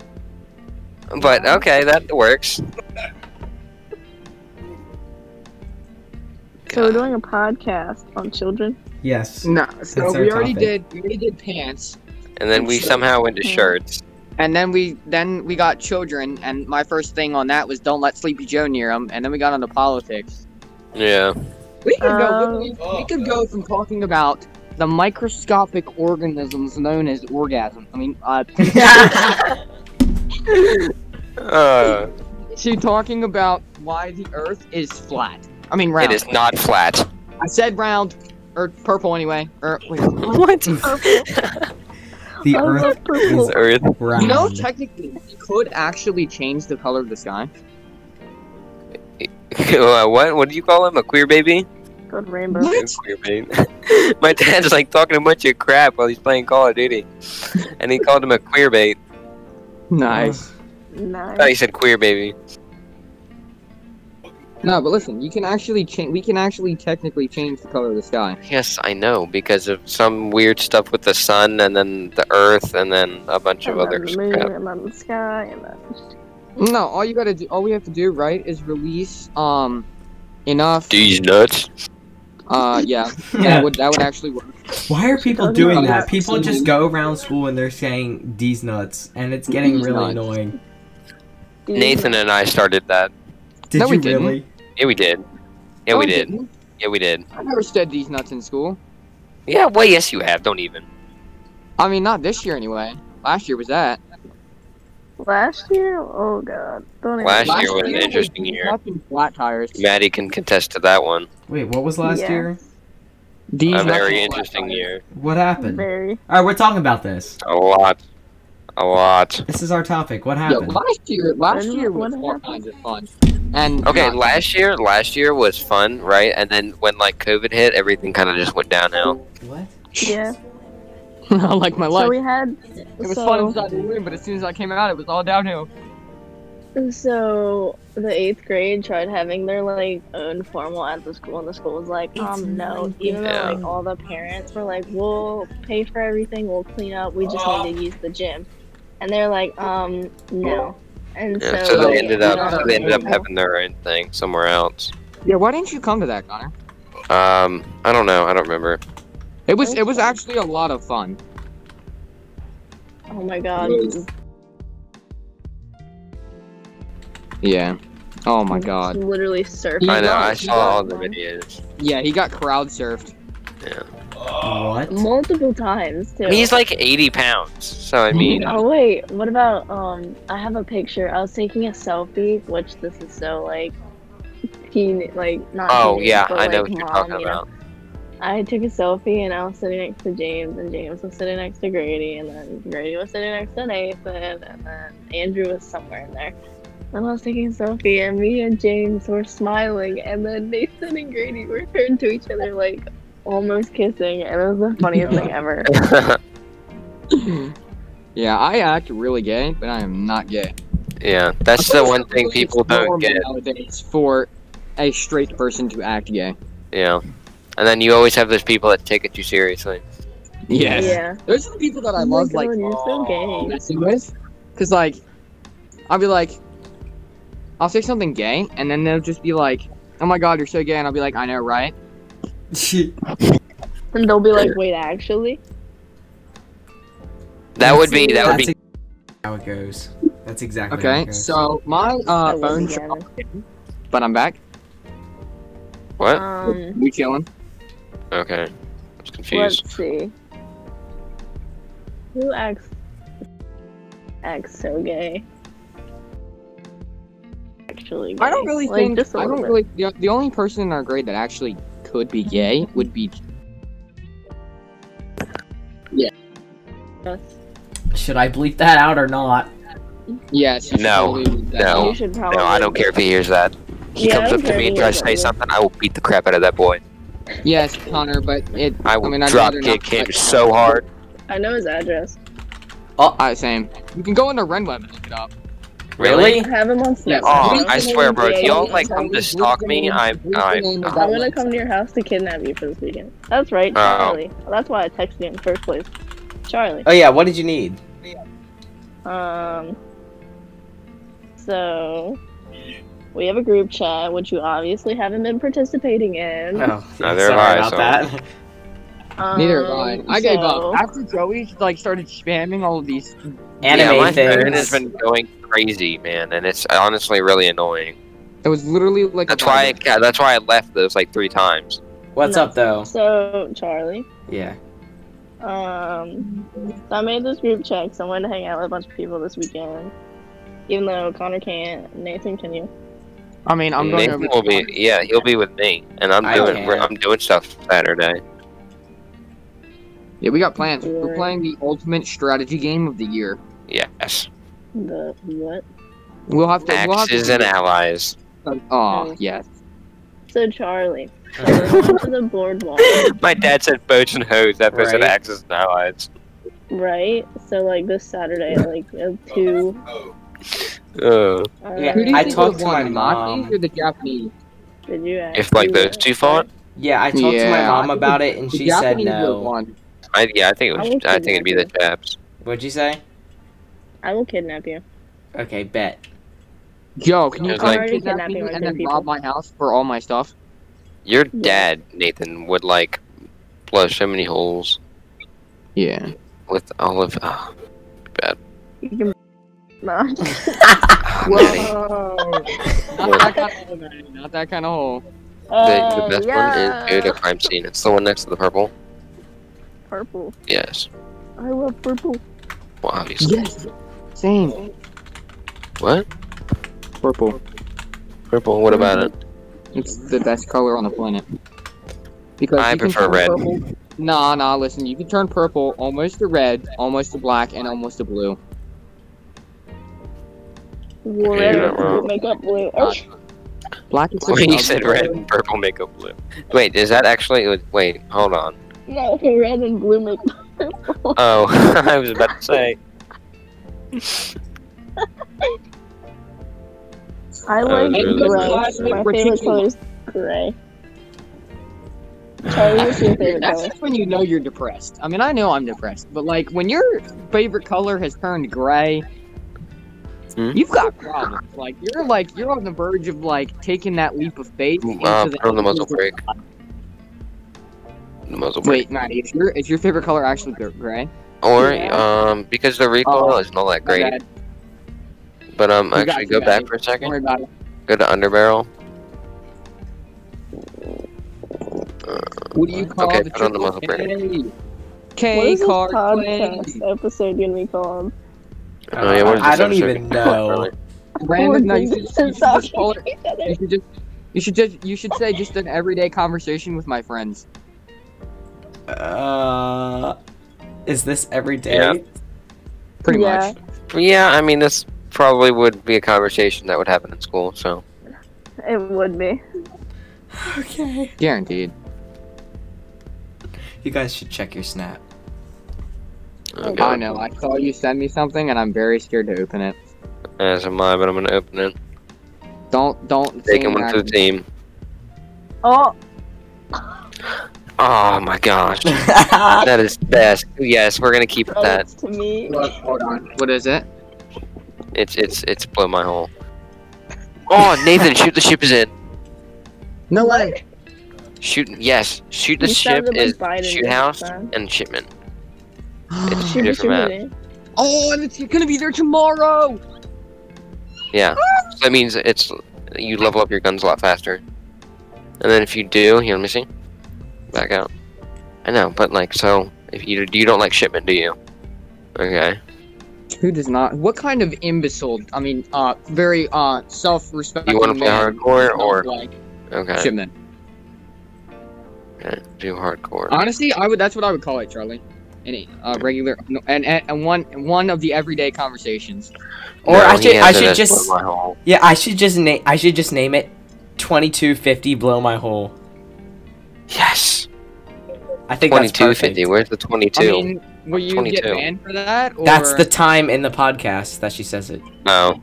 [SPEAKER 4] But okay, that works.
[SPEAKER 7] So we're doing a podcast on children.
[SPEAKER 2] Yes.
[SPEAKER 3] No,
[SPEAKER 2] That's
[SPEAKER 3] so
[SPEAKER 2] our
[SPEAKER 3] we already
[SPEAKER 2] topic.
[SPEAKER 3] did. We already did pants,
[SPEAKER 4] And then we somehow went to shirts.
[SPEAKER 3] and then we then we got children, and my first thing on that was don't let Sleepy Joe near them, and then we got into politics.
[SPEAKER 4] Yeah.
[SPEAKER 3] We could go.
[SPEAKER 7] Um,
[SPEAKER 3] We, we could go from talking about the microscopic organisms known as orgasm. I mean, uh,
[SPEAKER 4] Uh,
[SPEAKER 3] to talking about why the Earth is flat. I mean, round.
[SPEAKER 4] it is not flat.
[SPEAKER 3] I said round or purple anyway. Or wait,
[SPEAKER 4] What?
[SPEAKER 2] The
[SPEAKER 7] Oh,
[SPEAKER 2] Earth
[SPEAKER 7] purple.
[SPEAKER 2] is
[SPEAKER 4] Earth.
[SPEAKER 2] round.
[SPEAKER 3] you know, technically, you could actually change the color of the sky.
[SPEAKER 4] Uh, what? What do you call him? A queer baby?
[SPEAKER 7] Called Rainbow.
[SPEAKER 4] Queer bait. My dad's like talking a bunch of crap while he's playing Call of Duty, and he called him a queer bait.
[SPEAKER 3] Nice.
[SPEAKER 4] Oh,
[SPEAKER 7] Nice.
[SPEAKER 4] he said queer baby.
[SPEAKER 3] No, but listen, you can actually change. We can actually technically change the color of the sky.
[SPEAKER 4] Yes, I know because of some weird stuff with the sun and then the Earth and then a bunch of
[SPEAKER 7] And then
[SPEAKER 4] other
[SPEAKER 7] the moon,
[SPEAKER 4] crap.
[SPEAKER 7] and then the sky, and then
[SPEAKER 3] No, all you gotta do, all we have to do, right, is release um enough
[SPEAKER 4] These nuts.
[SPEAKER 3] Uh, yeah,
[SPEAKER 2] Yeah.
[SPEAKER 3] that would that would actually work.
[SPEAKER 2] Why are people
[SPEAKER 7] doesn't
[SPEAKER 2] doing
[SPEAKER 7] know
[SPEAKER 2] that?
[SPEAKER 7] that.
[SPEAKER 2] People just go around school and they're saying these nuts, and it's getting
[SPEAKER 3] These
[SPEAKER 2] really
[SPEAKER 3] nuts.
[SPEAKER 2] annoying.
[SPEAKER 7] Dude,
[SPEAKER 4] Nathan and I started that.
[SPEAKER 2] Did
[SPEAKER 3] No,
[SPEAKER 2] you
[SPEAKER 3] we didn't.
[SPEAKER 2] really?
[SPEAKER 4] Yeah, we did. Yeah,
[SPEAKER 3] No,
[SPEAKER 4] we
[SPEAKER 3] I
[SPEAKER 4] did.
[SPEAKER 3] Oh, didn't.
[SPEAKER 4] Yeah, we did.
[SPEAKER 3] I never said these nuts in school.
[SPEAKER 4] Yeah, well, yes, you have. Don't even.
[SPEAKER 3] I mean, not this year anyway. Last year was that.
[SPEAKER 7] Last year? Oh god. Don't
[SPEAKER 4] Last
[SPEAKER 7] even.
[SPEAKER 4] year was an
[SPEAKER 3] was
[SPEAKER 4] interesting
[SPEAKER 3] these
[SPEAKER 4] year.
[SPEAKER 3] nuts and flat tires.
[SPEAKER 4] Maddie can contest to that one.
[SPEAKER 2] Wait, what was last
[SPEAKER 7] Yeah.
[SPEAKER 2] year?
[SPEAKER 3] These
[SPEAKER 4] A
[SPEAKER 3] nuts
[SPEAKER 4] very
[SPEAKER 3] and flat
[SPEAKER 4] interesting
[SPEAKER 3] tires.
[SPEAKER 4] year.
[SPEAKER 2] What happened? All
[SPEAKER 7] Very.
[SPEAKER 2] right, we're talking about this.
[SPEAKER 4] A lot. A lot.
[SPEAKER 2] This is our topic. What
[SPEAKER 3] Yo,
[SPEAKER 2] happened?
[SPEAKER 3] last year, last
[SPEAKER 7] Then
[SPEAKER 3] year
[SPEAKER 7] what
[SPEAKER 3] was all
[SPEAKER 7] happened?
[SPEAKER 3] kinds of fun. And
[SPEAKER 4] Okay,
[SPEAKER 3] not-
[SPEAKER 4] last year, last year was fun, right? And then when like COVID hit, everything kind of just went downhill.
[SPEAKER 2] What?
[SPEAKER 7] Yeah.
[SPEAKER 3] I like my life.
[SPEAKER 7] So we had.
[SPEAKER 3] It was
[SPEAKER 7] so,
[SPEAKER 3] fun inside the room, but as soon as I came out, it was all downhill.
[SPEAKER 7] So the eighth grade tried having their like own formal at the school, and the school was like, um, no. Even though
[SPEAKER 4] Yeah.
[SPEAKER 7] like all the parents were like, we'll pay for everything, we'll clean up, we just need to use the gym, and they're like, um, no. And
[SPEAKER 4] Yeah,
[SPEAKER 7] so, um,
[SPEAKER 4] so they
[SPEAKER 7] like,
[SPEAKER 4] ended up, so they ended up having their own thing somewhere else.
[SPEAKER 3] Yeah, why didn't you come to that, Connor?
[SPEAKER 4] Um, I don't know. I don't remember.
[SPEAKER 3] It was it was
[SPEAKER 7] Okay.
[SPEAKER 3] actually a lot of fun.
[SPEAKER 7] Oh my god.
[SPEAKER 3] Yeah. Oh my god.
[SPEAKER 7] Literally surfed.
[SPEAKER 3] You
[SPEAKER 4] I know.
[SPEAKER 3] got-
[SPEAKER 4] I
[SPEAKER 3] you
[SPEAKER 4] saw
[SPEAKER 3] got
[SPEAKER 4] all the videos.
[SPEAKER 3] Yeah, he got crowd surfed.
[SPEAKER 2] What?
[SPEAKER 7] Multiple times too.
[SPEAKER 4] And he's like 80 pounds. So I mean,
[SPEAKER 7] Oh wait, what about um? I have a picture. I was taking a selfie, which this is so like, teen, like not.
[SPEAKER 4] oh
[SPEAKER 7] teen,
[SPEAKER 4] yeah,
[SPEAKER 7] but,
[SPEAKER 4] I know
[SPEAKER 7] like,
[SPEAKER 4] what you're
[SPEAKER 7] mom,
[SPEAKER 4] talking
[SPEAKER 7] you know?
[SPEAKER 4] about.
[SPEAKER 7] I took a selfie and I was sitting next to James, and James was sitting next to Grady, and then Grady was sitting next to Nathan, and then Andrew was somewhere in there. And I was taking a selfie, and me and James were smiling, and then Nathan and Grady were turned to each other like almost kissing, and it was the funniest thing ever.
[SPEAKER 3] Yeah, I act really gay, but I am not gay.
[SPEAKER 4] yeah, that's the one thing people don't get.
[SPEAKER 3] It's for a straight person to act gay.
[SPEAKER 4] Yeah. And then you always have those people that take it too seriously.
[SPEAKER 3] Yes.
[SPEAKER 7] Yeah.
[SPEAKER 3] Those are the people that I
[SPEAKER 7] Oh my
[SPEAKER 3] love, like
[SPEAKER 7] God, you're so gay.
[SPEAKER 3] messing with, because like I'll be like, I'll say something gay, and then they'll just be like, "Oh my god, you're so gay," and I'll be like, "I know, right?"
[SPEAKER 7] And they'll be like, wait, actually?
[SPEAKER 4] That would be that would
[SPEAKER 2] That's
[SPEAKER 4] be
[SPEAKER 2] ex- how it goes. That's exactly how it
[SPEAKER 3] Okay,
[SPEAKER 2] goes.
[SPEAKER 3] so my uh,
[SPEAKER 7] I
[SPEAKER 3] phone,
[SPEAKER 7] wasn't
[SPEAKER 3] shut
[SPEAKER 7] gathered.
[SPEAKER 3] off, but I'm back.
[SPEAKER 4] what?
[SPEAKER 7] Um,
[SPEAKER 3] We chilling.
[SPEAKER 4] Okay. I was confused.
[SPEAKER 7] let's see. Who acts, acts so gay? Actually, gay.
[SPEAKER 3] I don't really
[SPEAKER 7] Like,
[SPEAKER 3] think.
[SPEAKER 7] just a
[SPEAKER 3] I
[SPEAKER 7] little
[SPEAKER 3] don't
[SPEAKER 7] bit.
[SPEAKER 3] really. The, the only person in our grade that actually could be gay would be.
[SPEAKER 2] Should I bleep that out or not?
[SPEAKER 3] Yes.
[SPEAKER 4] No, no.
[SPEAKER 7] You should probably.
[SPEAKER 4] No, I don't care if he hears that. He
[SPEAKER 7] Yeah, I
[SPEAKER 4] comes
[SPEAKER 7] don't
[SPEAKER 4] up to
[SPEAKER 7] care
[SPEAKER 4] me
[SPEAKER 7] if
[SPEAKER 4] and
[SPEAKER 7] he
[SPEAKER 4] tries
[SPEAKER 7] hears
[SPEAKER 4] to say
[SPEAKER 7] that.
[SPEAKER 4] something, I will beat the crap out of that boy.
[SPEAKER 3] Yes, Connor, but it.
[SPEAKER 4] I will
[SPEAKER 3] mean, I'd
[SPEAKER 4] drop
[SPEAKER 3] rather not
[SPEAKER 4] kick him
[SPEAKER 3] fight.
[SPEAKER 4] so hard.
[SPEAKER 7] I know his address.
[SPEAKER 3] Oh, I same. You can go into RenWeb and look it up.
[SPEAKER 4] Really?
[SPEAKER 7] I have him on Snapchat.
[SPEAKER 4] Oh,
[SPEAKER 7] What's
[SPEAKER 4] I
[SPEAKER 7] the
[SPEAKER 4] swear,
[SPEAKER 7] name
[SPEAKER 4] bro.
[SPEAKER 7] of the
[SPEAKER 4] If y'all
[SPEAKER 7] gay-
[SPEAKER 4] like come to stalk me, I'm I'm
[SPEAKER 7] I'm gonna come to your house to kidnap you for this weekend. That's right,
[SPEAKER 4] Oh.
[SPEAKER 7] Charlie. That's why I texted you in the first place. Charlie.
[SPEAKER 2] Oh yeah. What did you need?
[SPEAKER 7] Um. So we have a group chat, which you obviously haven't been participating in.
[SPEAKER 2] Oh,
[SPEAKER 4] Neither
[SPEAKER 2] sorry
[SPEAKER 4] have I,
[SPEAKER 2] about
[SPEAKER 4] so-
[SPEAKER 2] that.
[SPEAKER 7] Um,
[SPEAKER 3] Neither
[SPEAKER 2] Oh,
[SPEAKER 3] have I. I gave
[SPEAKER 7] so-
[SPEAKER 3] up after Joey like started spamming all of these.
[SPEAKER 2] Anime
[SPEAKER 4] yeah, my phone
[SPEAKER 2] things.
[SPEAKER 4] has been going crazy, man, and it's honestly really annoying.
[SPEAKER 3] It was literally like.
[SPEAKER 4] That's why I, that's why I left those like three times.
[SPEAKER 2] What's
[SPEAKER 7] No.
[SPEAKER 2] up though?
[SPEAKER 7] So Charlie,
[SPEAKER 2] Yeah.
[SPEAKER 7] um, so I made this group chat. So I wanted to hang out with a bunch of people this weekend, even though Connor can't. Nathan, can you?
[SPEAKER 3] I mean, I'm going
[SPEAKER 4] Nathan
[SPEAKER 3] over.
[SPEAKER 4] will be, yeah, he'll be with me, and I'm
[SPEAKER 2] I
[SPEAKER 4] doing
[SPEAKER 2] can't.
[SPEAKER 4] I'm doing stuff Saturday.
[SPEAKER 3] Yeah, we got plans. We're
[SPEAKER 7] Sure.
[SPEAKER 3] playing the ultimate strategy game of the year.
[SPEAKER 4] Yes,
[SPEAKER 7] The what?
[SPEAKER 3] We'll have to. We'll have
[SPEAKER 4] axes
[SPEAKER 3] to
[SPEAKER 4] and allies.
[SPEAKER 3] Oh yes.
[SPEAKER 7] So Charlie, we went to the boardwalk,
[SPEAKER 4] My dad said boats and hoes. That person
[SPEAKER 2] Right.
[SPEAKER 4] axes and allies.
[SPEAKER 7] right? So like this Saturday, like at two.
[SPEAKER 4] Uh,
[SPEAKER 7] Uh,
[SPEAKER 2] Yeah,
[SPEAKER 3] Who do you
[SPEAKER 2] I
[SPEAKER 3] think
[SPEAKER 2] talked
[SPEAKER 3] would
[SPEAKER 2] to
[SPEAKER 3] won,
[SPEAKER 2] my
[SPEAKER 3] the
[SPEAKER 2] mom.
[SPEAKER 3] Nazis or the Japanese?
[SPEAKER 7] Did you ask?
[SPEAKER 4] if like
[SPEAKER 7] you
[SPEAKER 4] those
[SPEAKER 7] that?
[SPEAKER 4] two fought,
[SPEAKER 2] Yeah, I talked to my
[SPEAKER 3] Yeah.
[SPEAKER 2] mom about it and
[SPEAKER 3] The
[SPEAKER 2] she said
[SPEAKER 3] Japanese would've
[SPEAKER 2] no.
[SPEAKER 3] won.
[SPEAKER 4] I yeah, I think it
[SPEAKER 7] I
[SPEAKER 4] was.
[SPEAKER 7] would
[SPEAKER 4] I think it'd be the
[SPEAKER 7] kidnap
[SPEAKER 4] Japs.
[SPEAKER 2] What'd you say?
[SPEAKER 7] I will kidnap you.
[SPEAKER 2] Okay, bet.
[SPEAKER 3] Yo, can you
[SPEAKER 4] It was
[SPEAKER 3] come
[SPEAKER 4] like-
[SPEAKER 3] and kidnap me
[SPEAKER 7] Already
[SPEAKER 3] and
[SPEAKER 7] kidnapping
[SPEAKER 3] then
[SPEAKER 7] people.
[SPEAKER 3] rob my house for all my stuff?
[SPEAKER 4] Your dad, Nathan, would like blow so many holes
[SPEAKER 3] Yeah.
[SPEAKER 4] with all of. Oh,
[SPEAKER 7] You can. No.
[SPEAKER 4] Natty.
[SPEAKER 3] Not that kind of hole, man. Not that kind of hole.
[SPEAKER 4] The,
[SPEAKER 3] Uh,
[SPEAKER 4] the
[SPEAKER 7] Oh,
[SPEAKER 4] best one
[SPEAKER 7] yeah.
[SPEAKER 4] is go to crime scene. It's the one next to the purple.
[SPEAKER 7] Purple.
[SPEAKER 4] Yes.
[SPEAKER 7] I love purple.
[SPEAKER 4] Well, obviously.
[SPEAKER 3] Yes. Same.
[SPEAKER 4] What?
[SPEAKER 3] Purple.
[SPEAKER 4] Purple. What about it?
[SPEAKER 3] It's the best color on the planet. Because
[SPEAKER 4] I
[SPEAKER 3] you can
[SPEAKER 4] prefer
[SPEAKER 3] turn
[SPEAKER 4] red.
[SPEAKER 3] Purple. Nah, nah. Listen, you can turn purple almost to red, almost to black, and almost to blue.
[SPEAKER 7] Red
[SPEAKER 4] you're not wrong.
[SPEAKER 7] make up blue. Oh,
[SPEAKER 3] Uh, Black is such an
[SPEAKER 4] you
[SPEAKER 3] ugly
[SPEAKER 4] said
[SPEAKER 3] color.
[SPEAKER 4] red and purple make up blue. Wait, is that actually? Wait, hold on.
[SPEAKER 7] No, red and blue make purple.
[SPEAKER 4] Oh, I was about to say.
[SPEAKER 7] I
[SPEAKER 4] like
[SPEAKER 7] like
[SPEAKER 4] really
[SPEAKER 7] gray.
[SPEAKER 3] good.
[SPEAKER 7] My favorite color is gray. Charlie, what's your favorite
[SPEAKER 3] That's
[SPEAKER 7] color?
[SPEAKER 3] just when you know you're depressed. I mean, I know I'm depressed, but like when your favorite color has turned gray,
[SPEAKER 4] Hmm?
[SPEAKER 3] you've got problems. Like you're like you're on the verge of like taking that leap of faith.
[SPEAKER 4] Ooh,
[SPEAKER 3] into
[SPEAKER 4] uh,
[SPEAKER 3] the-
[SPEAKER 4] put on the muzzle brake. The muzzle brake.
[SPEAKER 3] Wait, Maddie, is your is your favorite color actually gr- gray?
[SPEAKER 4] Or
[SPEAKER 7] Yeah.
[SPEAKER 4] um, because the recoil
[SPEAKER 3] Oh,
[SPEAKER 4] is not that
[SPEAKER 3] My
[SPEAKER 4] great.
[SPEAKER 3] bad.
[SPEAKER 4] But um,
[SPEAKER 3] You got
[SPEAKER 4] actually
[SPEAKER 3] you,
[SPEAKER 4] go
[SPEAKER 3] got
[SPEAKER 4] back
[SPEAKER 3] you.
[SPEAKER 4] for a
[SPEAKER 3] Don't
[SPEAKER 4] second.
[SPEAKER 3] worry about it.
[SPEAKER 4] Go to underbarrel.
[SPEAKER 3] What do you call
[SPEAKER 4] Okay,
[SPEAKER 3] the
[SPEAKER 4] put on the muzzle brake.
[SPEAKER 3] triple
[SPEAKER 7] What
[SPEAKER 3] K
[SPEAKER 7] is this
[SPEAKER 3] car
[SPEAKER 7] podcast episode gonna be called?
[SPEAKER 4] Oh, yeah, what is
[SPEAKER 2] Uh, I
[SPEAKER 4] this
[SPEAKER 2] don't
[SPEAKER 4] episode
[SPEAKER 2] even
[SPEAKER 4] gonna
[SPEAKER 2] know.
[SPEAKER 3] Random. No, you
[SPEAKER 7] We're
[SPEAKER 3] should, you should
[SPEAKER 7] just
[SPEAKER 3] just call
[SPEAKER 7] talking
[SPEAKER 3] it.
[SPEAKER 7] to each other.
[SPEAKER 3] You should just. You should just. You should say just an everyday conversation with my friends.
[SPEAKER 2] Uh, is this every day?
[SPEAKER 4] Yeah.
[SPEAKER 3] Pretty
[SPEAKER 7] Yeah.
[SPEAKER 3] much.
[SPEAKER 4] Yeah, I mean this probably would be a conversation that would happen in school. So
[SPEAKER 7] It would be.
[SPEAKER 2] Okay.
[SPEAKER 3] Guaranteed.
[SPEAKER 2] You guys should check your snap.
[SPEAKER 4] okay.
[SPEAKER 3] I know. I saw you send me something, and I'm very scared to open it.
[SPEAKER 4] as am I, but I'm gonna open it.
[SPEAKER 3] Don't don't.
[SPEAKER 4] Taking
[SPEAKER 3] think
[SPEAKER 4] one to the
[SPEAKER 3] that-
[SPEAKER 4] team.
[SPEAKER 7] Oh,
[SPEAKER 4] Oh my gosh, that is best. Yes, we're gonna keep that.
[SPEAKER 7] credits to me.
[SPEAKER 3] Look, Hold on. What is it?
[SPEAKER 4] It's it's it's blow my hole. Oh, Nathan, shoot the ship is in.
[SPEAKER 3] No way.
[SPEAKER 4] Shoot yes, shoot the
[SPEAKER 7] You
[SPEAKER 4] ship
[SPEAKER 7] sounded like
[SPEAKER 4] is
[SPEAKER 7] Biden
[SPEAKER 4] shoot
[SPEAKER 7] this
[SPEAKER 4] house
[SPEAKER 7] time.
[SPEAKER 4] and shipment.
[SPEAKER 3] oh,
[SPEAKER 4] Two
[SPEAKER 7] Should be
[SPEAKER 4] different maps.
[SPEAKER 7] shooting.
[SPEAKER 3] and it's gonna be there tomorrow.
[SPEAKER 4] Yeah.
[SPEAKER 2] Ah.
[SPEAKER 4] So that means it's you level up your guns a lot faster. And then if you do, here, let me see. Back out. I know, but like, so if you you don't like shipment, do you? Okay.
[SPEAKER 3] Who does not? What kind of imbecile? I mean, uh, very uh, self-respecting.
[SPEAKER 4] You wanna play
[SPEAKER 3] man
[SPEAKER 4] hardcore
[SPEAKER 3] doesn't
[SPEAKER 4] or-
[SPEAKER 3] like
[SPEAKER 4] Okay.
[SPEAKER 3] shipment?
[SPEAKER 4] okay. Do hardcore.
[SPEAKER 3] Honestly, I would. That's what I would call it, Charlie. Any uh, regular no, and, and and one one of the everyday conversations.
[SPEAKER 2] Or
[SPEAKER 4] No,
[SPEAKER 2] I
[SPEAKER 4] he
[SPEAKER 2] should I
[SPEAKER 4] has it
[SPEAKER 2] should
[SPEAKER 4] as
[SPEAKER 2] just
[SPEAKER 4] blow my hole.
[SPEAKER 2] yeah I should just name I should just name it. Twenty two fifty blow my hole.
[SPEAKER 4] Yes.
[SPEAKER 2] I think
[SPEAKER 4] Twenty
[SPEAKER 2] that's
[SPEAKER 4] two
[SPEAKER 2] perfect.
[SPEAKER 4] fifty. Where's the twenty
[SPEAKER 3] I
[SPEAKER 4] two?
[SPEAKER 3] mean, will you get
[SPEAKER 4] 22.
[SPEAKER 3] banned for that? Or...
[SPEAKER 2] That's the time in the podcast that she says it.
[SPEAKER 4] no.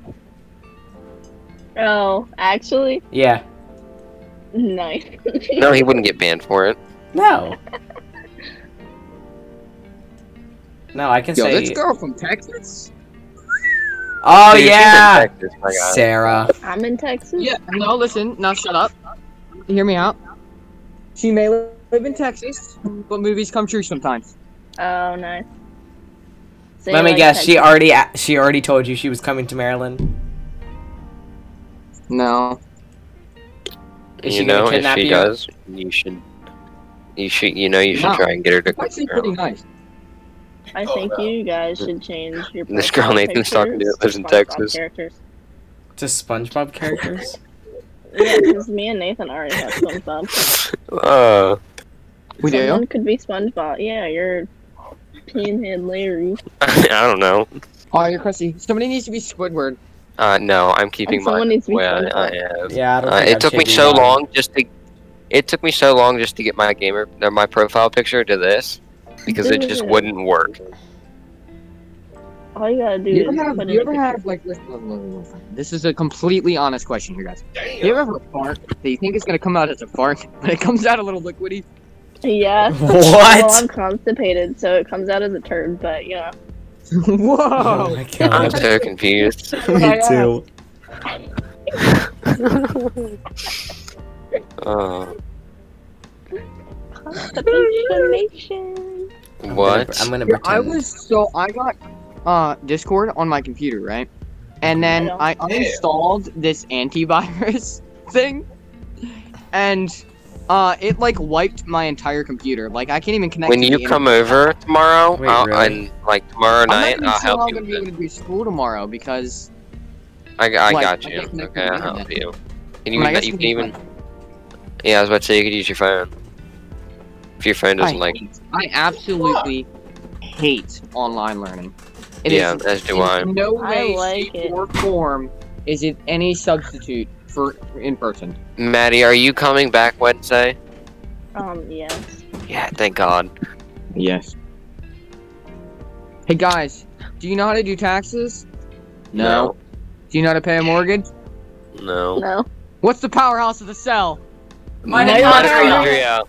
[SPEAKER 7] Oh, actually,
[SPEAKER 2] Yeah.
[SPEAKER 7] nice.
[SPEAKER 4] No, he wouldn't get banned for it.
[SPEAKER 2] No. No, I can
[SPEAKER 3] Yo,
[SPEAKER 2] say.
[SPEAKER 3] this girl from Texas.
[SPEAKER 2] Oh
[SPEAKER 4] Dude, he's in
[SPEAKER 2] yeah,
[SPEAKER 4] Texas, my God.
[SPEAKER 2] Sarah.
[SPEAKER 7] I'm in Texas.
[SPEAKER 3] Yeah. No, listen. Now shut up. Hear me out. She may live in Texas, but movies come true sometimes.
[SPEAKER 7] Oh, nice. So you
[SPEAKER 2] Let me
[SPEAKER 7] like
[SPEAKER 2] guess. She
[SPEAKER 7] Texas.
[SPEAKER 2] already a- she already told you she was coming to Maryland.
[SPEAKER 3] No.
[SPEAKER 2] Is
[SPEAKER 4] you
[SPEAKER 2] she gonna
[SPEAKER 4] know, if
[SPEAKER 2] kidnap
[SPEAKER 4] she
[SPEAKER 2] you?
[SPEAKER 4] does, you should, you should, you know, you should
[SPEAKER 3] No.
[SPEAKER 4] try and get her to
[SPEAKER 3] It's
[SPEAKER 4] quit.
[SPEAKER 3] actually
[SPEAKER 4] the girl.
[SPEAKER 3] pretty nice.
[SPEAKER 7] I think you guys should change your.
[SPEAKER 4] This girl
[SPEAKER 7] profile
[SPEAKER 4] Nathan's talking to
[SPEAKER 7] pictures
[SPEAKER 4] lives in
[SPEAKER 7] SpongeBob
[SPEAKER 4] Texas.
[SPEAKER 7] Characters.
[SPEAKER 2] To SpongeBob characters.
[SPEAKER 7] Yeah, because me and Nathan already have SpongeBob.
[SPEAKER 4] Uh,
[SPEAKER 3] We do.
[SPEAKER 7] Someone could be SpongeBob. Yeah, you're Pinhead Larry.
[SPEAKER 4] I don't know.
[SPEAKER 3] Oh, you're crusty. Somebody needs to be Squidward.
[SPEAKER 4] Uh, no, I'm keeping
[SPEAKER 7] And someone
[SPEAKER 4] mine.
[SPEAKER 7] needs to be
[SPEAKER 4] where
[SPEAKER 7] friends
[SPEAKER 4] I am.
[SPEAKER 7] with.
[SPEAKER 2] yeah, I don't
[SPEAKER 4] Uh,
[SPEAKER 2] think
[SPEAKER 4] it
[SPEAKER 2] I've
[SPEAKER 4] took me
[SPEAKER 2] changed
[SPEAKER 4] so
[SPEAKER 2] mine.
[SPEAKER 4] long just to. It took me so long just to get my gamer, uh, my profile picture to this, because it just
[SPEAKER 7] Dude.
[SPEAKER 4] wouldn't work.
[SPEAKER 7] All you gotta do
[SPEAKER 3] you
[SPEAKER 7] is
[SPEAKER 3] ever have?
[SPEAKER 7] put
[SPEAKER 3] You
[SPEAKER 7] in a
[SPEAKER 3] ever
[SPEAKER 7] picture.
[SPEAKER 3] have like? Listen, look, look, look, look. This is a completely honest question here, guys. You ever have a fart that you think is gonna come out as a fart, but it comes out a little liquidy?
[SPEAKER 7] Yeah.
[SPEAKER 2] What?
[SPEAKER 7] Well, I'm constipated, so it comes out as a turd, but you know.
[SPEAKER 2] Oh
[SPEAKER 3] Whoa!
[SPEAKER 2] my
[SPEAKER 4] I'm
[SPEAKER 2] god.
[SPEAKER 4] so confused.
[SPEAKER 2] me too.
[SPEAKER 4] Uh,
[SPEAKER 7] the transformation.
[SPEAKER 4] What?
[SPEAKER 2] I'm gonna
[SPEAKER 3] Yeah,
[SPEAKER 2] pretend.
[SPEAKER 3] I was so I got uh Discord on my computer, right? And then
[SPEAKER 7] Yeah.
[SPEAKER 3] I uninstalled this antivirus thing, and uh, it like wiped my entire computer. Like I can't even connect.
[SPEAKER 4] When
[SPEAKER 3] to
[SPEAKER 4] you
[SPEAKER 3] the
[SPEAKER 4] come
[SPEAKER 3] internet.
[SPEAKER 4] over tomorrow,
[SPEAKER 2] Wait,
[SPEAKER 4] I'll,
[SPEAKER 2] really?
[SPEAKER 4] and like tomorrow
[SPEAKER 3] I'm not
[SPEAKER 4] night,
[SPEAKER 3] even
[SPEAKER 4] I'll
[SPEAKER 3] sure how
[SPEAKER 4] help
[SPEAKER 3] I'm
[SPEAKER 4] you.
[SPEAKER 3] gonna be
[SPEAKER 4] With
[SPEAKER 3] able
[SPEAKER 4] it.
[SPEAKER 3] to do school tomorrow because
[SPEAKER 4] I, I
[SPEAKER 3] like,
[SPEAKER 4] got
[SPEAKER 3] I
[SPEAKER 4] you.
[SPEAKER 3] can't connect
[SPEAKER 4] Okay,
[SPEAKER 3] to the
[SPEAKER 4] I'll help
[SPEAKER 3] internet.
[SPEAKER 4] you. Can
[SPEAKER 3] I
[SPEAKER 4] you?
[SPEAKER 3] mean, I guess
[SPEAKER 4] you
[SPEAKER 3] you
[SPEAKER 4] can
[SPEAKER 3] can
[SPEAKER 4] even. Yeah, I was about to say you could use your phone. If your phone doesn't
[SPEAKER 3] I
[SPEAKER 4] like.
[SPEAKER 3] hate- I absolutely hate online learning. It is
[SPEAKER 4] Yeah, as do
[SPEAKER 3] in
[SPEAKER 4] I.
[SPEAKER 3] No
[SPEAKER 7] I
[SPEAKER 3] way,
[SPEAKER 7] like
[SPEAKER 3] shape,
[SPEAKER 7] it.
[SPEAKER 3] or form is it any substitute for in person.
[SPEAKER 4] Maddie, are you coming back Wednesday?
[SPEAKER 7] Um, yes.
[SPEAKER 4] Yeah, thank God.
[SPEAKER 3] Yes. Hey guys, do you know how to do taxes? Do you know how to pay a mortgage?
[SPEAKER 4] No. no.
[SPEAKER 7] No.
[SPEAKER 3] What's the powerhouse of the cell?
[SPEAKER 4] Mitochondria.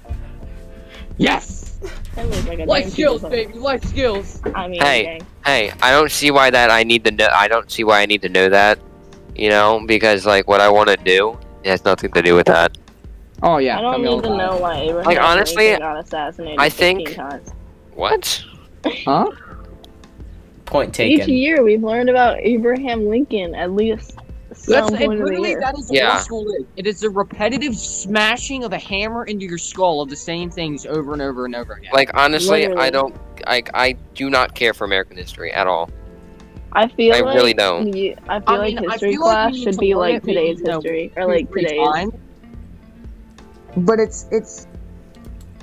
[SPEAKER 3] Yes.
[SPEAKER 7] That looks like a
[SPEAKER 3] Life
[SPEAKER 7] damn
[SPEAKER 3] skills,
[SPEAKER 7] computer.
[SPEAKER 3] baby. Life skills.
[SPEAKER 7] I mean,
[SPEAKER 4] Hey.
[SPEAKER 7] dang.
[SPEAKER 4] Hey, I don't see why that I need to know. I don't see why I need to know that. You know, because like what I want to do it has nothing to do with that.
[SPEAKER 3] Oh yeah.
[SPEAKER 7] I don't
[SPEAKER 3] Camille.
[SPEAKER 7] need to know why Abraham
[SPEAKER 4] Like, honestly,
[SPEAKER 7] Lincoln got assassinated.
[SPEAKER 4] I think-
[SPEAKER 7] 15 times.
[SPEAKER 4] What?
[SPEAKER 3] Huh?
[SPEAKER 2] Point
[SPEAKER 7] each
[SPEAKER 2] taken.
[SPEAKER 7] year we've learned about Abraham Lincoln at least some
[SPEAKER 3] That's it,
[SPEAKER 7] point of the
[SPEAKER 3] literally
[SPEAKER 7] year.
[SPEAKER 3] that is
[SPEAKER 4] Yeah.
[SPEAKER 3] what school is. It is the repetitive smashing of a hammer into your skull of the same things over and over and over again.
[SPEAKER 4] Like honestly, I
[SPEAKER 7] Literally.
[SPEAKER 4] don't. I I do not care for American history at all.
[SPEAKER 7] I feel
[SPEAKER 4] I
[SPEAKER 7] like
[SPEAKER 4] really don't.
[SPEAKER 7] you- I feel
[SPEAKER 3] I
[SPEAKER 7] like
[SPEAKER 3] mean, I
[SPEAKER 7] history
[SPEAKER 3] feel like
[SPEAKER 7] class
[SPEAKER 3] you need
[SPEAKER 7] should
[SPEAKER 3] to
[SPEAKER 7] be
[SPEAKER 3] learn
[SPEAKER 7] like
[SPEAKER 3] it maybe,
[SPEAKER 7] today's
[SPEAKER 3] you know,
[SPEAKER 7] history or like
[SPEAKER 3] Free
[SPEAKER 7] today's.
[SPEAKER 3] time. But it's it's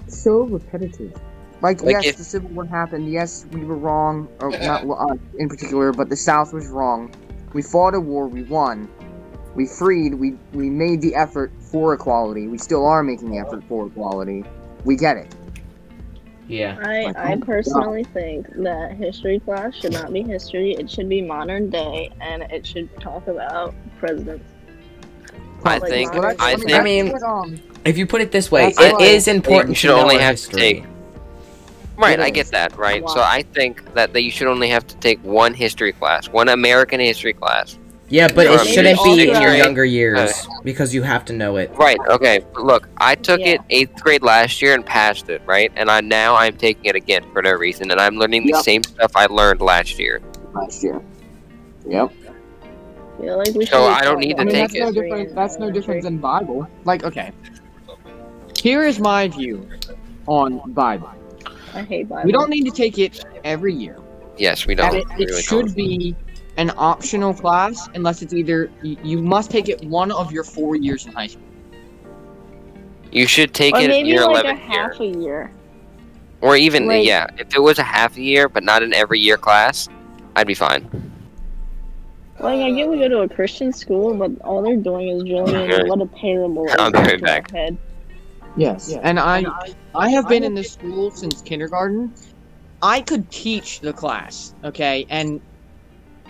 [SPEAKER 3] so repetitive. Like,
[SPEAKER 4] Like,
[SPEAKER 3] yes,
[SPEAKER 4] if-
[SPEAKER 3] the Civil War happened. Yes, we were wrong, or not well, us in particular, but the South was wrong. We fought a war. We won. We freed. We we made the effort for equality. We still are making the effort for equality. We get it.
[SPEAKER 2] Yeah.
[SPEAKER 7] I, I personally think that history class should not be history. It should be modern day, and it should talk about presidents.
[SPEAKER 4] I
[SPEAKER 7] Like,
[SPEAKER 4] think.
[SPEAKER 7] modern-
[SPEAKER 4] I
[SPEAKER 6] mean,
[SPEAKER 4] think.
[SPEAKER 6] I mean-
[SPEAKER 3] What, um,
[SPEAKER 6] If you put it this way,
[SPEAKER 3] That's
[SPEAKER 6] it
[SPEAKER 3] why
[SPEAKER 6] is
[SPEAKER 2] You
[SPEAKER 6] important
[SPEAKER 4] should
[SPEAKER 6] to know
[SPEAKER 4] only
[SPEAKER 6] our
[SPEAKER 4] have to
[SPEAKER 6] history.
[SPEAKER 4] take- Right, I
[SPEAKER 3] Literally.
[SPEAKER 4] get that, right? So
[SPEAKER 7] Wow.
[SPEAKER 4] I think that, that you should only have to take one history class, one American history class.
[SPEAKER 6] Yeah, but
[SPEAKER 4] You're
[SPEAKER 6] it
[SPEAKER 4] on
[SPEAKER 6] shouldn't
[SPEAKER 7] mute.
[SPEAKER 6] be in your
[SPEAKER 7] Right.
[SPEAKER 6] younger years because you have to know it.
[SPEAKER 4] Right, okay. but Look, I took
[SPEAKER 7] Yeah.
[SPEAKER 4] it eighth grade last year and passed it, right? And I now I'm taking it again for no reason, and I'm learning the
[SPEAKER 3] Yep.
[SPEAKER 4] same stuff I learned last year.
[SPEAKER 3] last year. Yep.
[SPEAKER 7] I feel like we
[SPEAKER 4] So
[SPEAKER 7] should be
[SPEAKER 4] I don't
[SPEAKER 7] talking
[SPEAKER 4] need to
[SPEAKER 7] about
[SPEAKER 4] I mean, take
[SPEAKER 3] that's
[SPEAKER 4] it.
[SPEAKER 3] no
[SPEAKER 7] history
[SPEAKER 3] different.
[SPEAKER 7] in
[SPEAKER 3] That's no
[SPEAKER 7] elementary.
[SPEAKER 3] different than Bible. Like, okay. Here is my view on Bible.
[SPEAKER 7] I hate Bible.
[SPEAKER 3] We don't need to take it every year.
[SPEAKER 4] Yes, we
[SPEAKER 3] And
[SPEAKER 4] don't.
[SPEAKER 3] it,
[SPEAKER 4] we
[SPEAKER 3] it
[SPEAKER 4] really
[SPEAKER 3] should
[SPEAKER 4] don't.
[SPEAKER 3] be an optional class unless it's either you, you must take it one of your four years in high school.
[SPEAKER 4] You should take
[SPEAKER 7] Or
[SPEAKER 4] it in
[SPEAKER 7] maybe
[SPEAKER 4] your
[SPEAKER 7] like a
[SPEAKER 4] eleventh year,
[SPEAKER 7] half a year.
[SPEAKER 4] or even
[SPEAKER 7] like-
[SPEAKER 4] yeah. If it was a half a year, but not an every year class, I'd be fine.
[SPEAKER 7] Like I get we go to a Christian school, but all they're doing is drilling
[SPEAKER 4] Okay.
[SPEAKER 7] in what a parable is.
[SPEAKER 4] I'll be right
[SPEAKER 7] into
[SPEAKER 4] back.
[SPEAKER 7] our head.
[SPEAKER 3] Yes. And I I have been in this school since kindergarten. I could teach the class, okay? And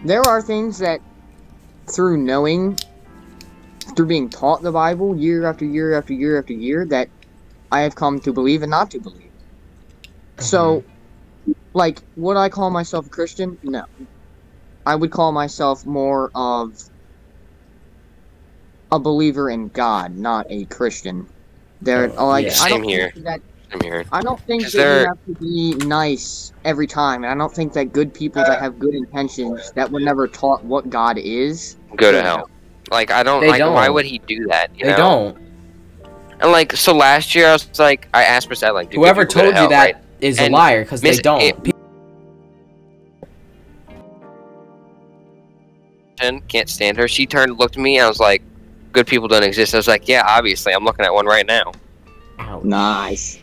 [SPEAKER 3] there are things that through knowing through being taught the Bible year after year after year after year that I have come to believe and not to believe. So
[SPEAKER 4] Mm-hmm.
[SPEAKER 3] like would I call myself a Christian? No. I would call myself more of a believer in God, not a Christian. There like
[SPEAKER 4] Oh, Yeah.
[SPEAKER 3] I don't
[SPEAKER 4] Same here.
[SPEAKER 3] think that
[SPEAKER 4] I'm here.
[SPEAKER 3] I don't think
[SPEAKER 4] 'Cause
[SPEAKER 3] that you
[SPEAKER 4] they're-
[SPEAKER 3] have to be nice every time, and I don't think that good people that have good intentions that were never taught what God is.
[SPEAKER 4] Go to
[SPEAKER 3] Yeah.
[SPEAKER 4] hell. Like I don't
[SPEAKER 6] They
[SPEAKER 4] like. Why
[SPEAKER 6] don't.
[SPEAKER 4] would he do that? You
[SPEAKER 6] They
[SPEAKER 4] know?
[SPEAKER 6] don't.
[SPEAKER 4] And like so last year, I was like, I asked Miss Ed, like, do
[SPEAKER 6] Whoever
[SPEAKER 4] people go to
[SPEAKER 6] told you
[SPEAKER 4] hell,
[SPEAKER 6] that is
[SPEAKER 4] right?
[SPEAKER 6] a
[SPEAKER 4] And
[SPEAKER 6] liar because they
[SPEAKER 4] Miss-
[SPEAKER 6] don't.
[SPEAKER 4] it-
[SPEAKER 6] Pe-
[SPEAKER 4] And can't stand her. She turned, looked at me, and I was like, "Good people don't exist." I was like, "Yeah, obviously, I'm looking at one right now."
[SPEAKER 3] Nice.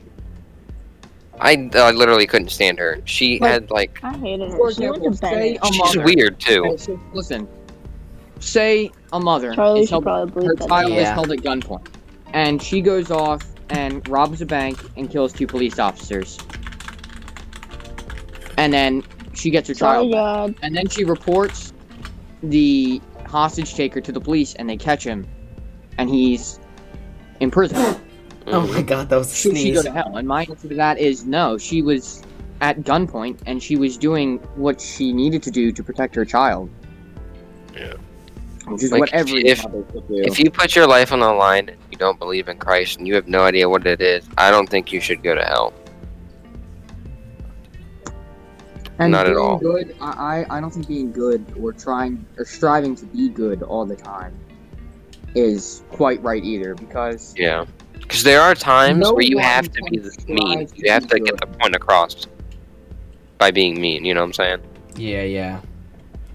[SPEAKER 4] I, I literally couldn't stand her. She
[SPEAKER 3] Like-
[SPEAKER 4] had like,
[SPEAKER 7] I hated
[SPEAKER 3] For
[SPEAKER 7] her. She went
[SPEAKER 3] example,
[SPEAKER 7] to bed.
[SPEAKER 3] say a
[SPEAKER 4] she's
[SPEAKER 3] mother.
[SPEAKER 4] weird too.
[SPEAKER 3] Okay, so listen, say a mother
[SPEAKER 7] Charlie
[SPEAKER 3] is
[SPEAKER 7] should
[SPEAKER 3] held,
[SPEAKER 7] probably
[SPEAKER 3] her
[SPEAKER 7] believe that.
[SPEAKER 3] child is
[SPEAKER 6] Yeah.
[SPEAKER 3] held at gunpoint, and she goes off and robs a bank and kills two police officers, and then she gets her
[SPEAKER 7] Sorry,
[SPEAKER 3] child, back.
[SPEAKER 7] God.
[SPEAKER 3] and then she reports the hostage taker to the police, and they catch him, and he's in prison.
[SPEAKER 6] oh my god, that was a
[SPEAKER 3] Should she go
[SPEAKER 6] sneeze.
[SPEAKER 3] to hell? And my answer to that is no. She was at gunpoint and she was doing what she needed to do to protect her child.
[SPEAKER 4] Yeah.
[SPEAKER 3] which is
[SPEAKER 4] Like,
[SPEAKER 3] what every
[SPEAKER 4] if-
[SPEAKER 3] mother should do.
[SPEAKER 4] If you put your life on the line and you don't believe in Christ and you have no idea what it is, I don't think you should go to hell.
[SPEAKER 3] and
[SPEAKER 4] not at
[SPEAKER 3] being
[SPEAKER 4] all.
[SPEAKER 3] Good, I, I I don't think being good or trying or striving to be good all the time is quite right either because
[SPEAKER 4] Yeah. Because there are times
[SPEAKER 3] No
[SPEAKER 4] where you
[SPEAKER 3] one
[SPEAKER 4] have to
[SPEAKER 3] can
[SPEAKER 4] be this
[SPEAKER 3] strive
[SPEAKER 4] mean.
[SPEAKER 3] to
[SPEAKER 4] You have
[SPEAKER 3] be
[SPEAKER 4] to get
[SPEAKER 3] good.
[SPEAKER 4] the point across by being mean. You know what I'm saying?
[SPEAKER 2] Yeah, yeah.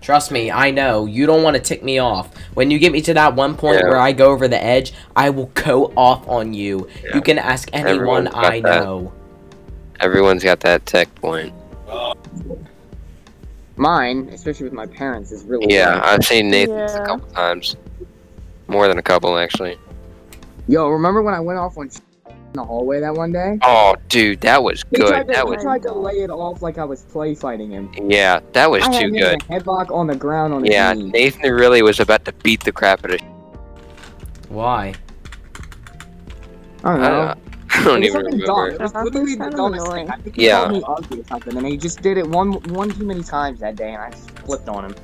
[SPEAKER 2] Trust me, I know. You don't want to tick me off. When you get me to that one point
[SPEAKER 4] Yeah.
[SPEAKER 2] where I go over the edge, I will go off on you.
[SPEAKER 4] Yeah.
[SPEAKER 2] You can ask anyone
[SPEAKER 4] Everyone's got
[SPEAKER 2] I
[SPEAKER 4] that.
[SPEAKER 2] know.
[SPEAKER 4] Everyone's got that tech point.
[SPEAKER 3] mine, especially with my parents, is really
[SPEAKER 4] Yeah, I've seen Nathan's
[SPEAKER 7] Yeah.
[SPEAKER 4] a couple times. More than a couple, actually.
[SPEAKER 3] Yo, remember when I went off on in the hallway that one day?
[SPEAKER 4] Oh, dude, that was
[SPEAKER 3] He
[SPEAKER 4] good.
[SPEAKER 3] tried to,
[SPEAKER 4] That
[SPEAKER 3] he
[SPEAKER 4] was
[SPEAKER 3] tried to lay it off like I was play fighting him.
[SPEAKER 4] yeah, that was
[SPEAKER 3] I had
[SPEAKER 4] too
[SPEAKER 3] him in
[SPEAKER 4] good.
[SPEAKER 3] a Headlock on the ground on his
[SPEAKER 4] Yeah,
[SPEAKER 3] knee.
[SPEAKER 4] Nathan really was about to beat the crap out of.
[SPEAKER 2] Why?
[SPEAKER 3] I don't know.
[SPEAKER 4] Uh, I don't
[SPEAKER 3] It was
[SPEAKER 4] even
[SPEAKER 3] something dumb.
[SPEAKER 4] remember.
[SPEAKER 3] It was literally the
[SPEAKER 7] That's
[SPEAKER 3] dumbest
[SPEAKER 7] annoying.
[SPEAKER 3] thing. I think he
[SPEAKER 4] Yeah.
[SPEAKER 3] called me ugly or something, and he just did it one one too many times that day, and I just flipped on him.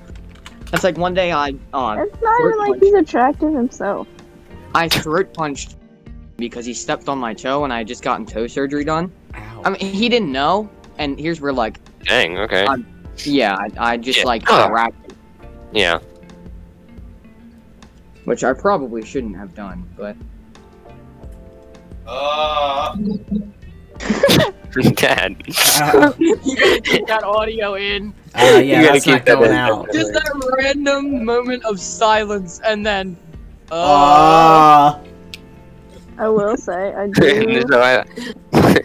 [SPEAKER 3] That's like one day I uh,
[SPEAKER 7] It's not even like he's attractive himself.
[SPEAKER 3] I throat punched because he stepped on my toe, and I had just gotten toe surgery done.
[SPEAKER 2] Ow.
[SPEAKER 3] I mean, he didn't know, and here's where like
[SPEAKER 4] Dang. Okay.
[SPEAKER 2] Uh,
[SPEAKER 3] I- yeah, I, I just
[SPEAKER 4] Yeah.
[SPEAKER 3] like
[SPEAKER 4] Huh.
[SPEAKER 3] wrapped him,
[SPEAKER 4] Yeah.
[SPEAKER 3] which I probably shouldn't have done, but
[SPEAKER 8] Uh,
[SPEAKER 4] Dad.
[SPEAKER 2] Uh,
[SPEAKER 3] you gotta keep that audio in.
[SPEAKER 2] uh,
[SPEAKER 4] You
[SPEAKER 2] yeah,
[SPEAKER 4] gotta
[SPEAKER 2] that's
[SPEAKER 4] keep
[SPEAKER 2] not
[SPEAKER 4] that
[SPEAKER 2] going
[SPEAKER 4] in.
[SPEAKER 2] out.
[SPEAKER 4] Just
[SPEAKER 3] that random moment of silence, and then.
[SPEAKER 2] Ah.
[SPEAKER 7] I will say, I do.
[SPEAKER 4] no, I,
[SPEAKER 7] I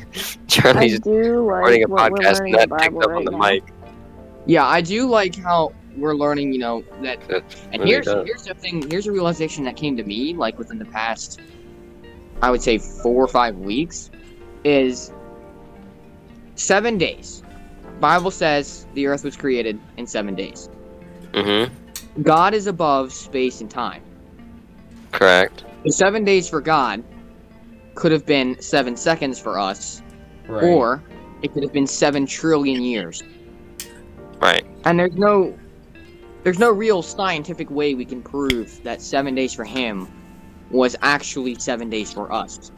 [SPEAKER 4] Charlie's
[SPEAKER 7] do
[SPEAKER 4] recording
[SPEAKER 7] like
[SPEAKER 4] a
[SPEAKER 7] what we're
[SPEAKER 4] podcast
[SPEAKER 7] learning
[SPEAKER 4] and that
[SPEAKER 7] about
[SPEAKER 4] picked up on the mic.
[SPEAKER 3] Yeah, I do like how we're learning, you know, that
[SPEAKER 4] That's
[SPEAKER 3] and
[SPEAKER 4] really
[SPEAKER 3] here's
[SPEAKER 4] dope.
[SPEAKER 3] here's the thing, here's a realization that came to me like within the past I would say 4 or 5 weeks is 7 days. Bible says the earth was created in 7 days.
[SPEAKER 4] Mhm.
[SPEAKER 3] God is above space and time.
[SPEAKER 4] Correct.
[SPEAKER 3] The 7 days for God could have been 7 seconds for us
[SPEAKER 2] Right.
[SPEAKER 3] or it could have been 7 trillion years.
[SPEAKER 4] Right.
[SPEAKER 3] And there's no there's no real scientific way we can prove that seven days for him was actually seven days for us.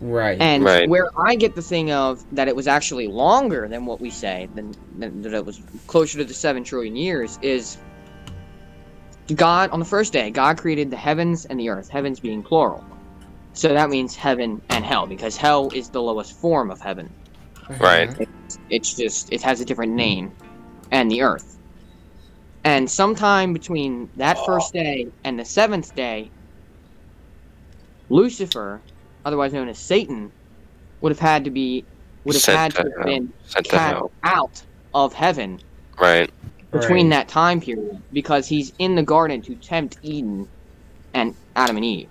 [SPEAKER 2] right.
[SPEAKER 3] And
[SPEAKER 4] Right.
[SPEAKER 3] where I get the thing of that it was actually longer than what we say, than, than that it was closer to the seven trillion years, is God on the first day, God created the heavens and the earth, heavens being plural. So that means heaven and hell, because hell is the lowest form of heaven
[SPEAKER 4] Right.
[SPEAKER 3] it's just it has a different name and the earth and sometime between that first day and the seventh day lucifer otherwise known as satan would have had to be would have
[SPEAKER 4] Sent
[SPEAKER 3] had to
[SPEAKER 4] to
[SPEAKER 3] have been
[SPEAKER 4] Sent to
[SPEAKER 3] cast
[SPEAKER 4] hell.
[SPEAKER 3] out of heaven
[SPEAKER 4] Right.
[SPEAKER 3] between
[SPEAKER 2] Right.
[SPEAKER 3] that time period because he's in the garden to tempt eden and adam and eve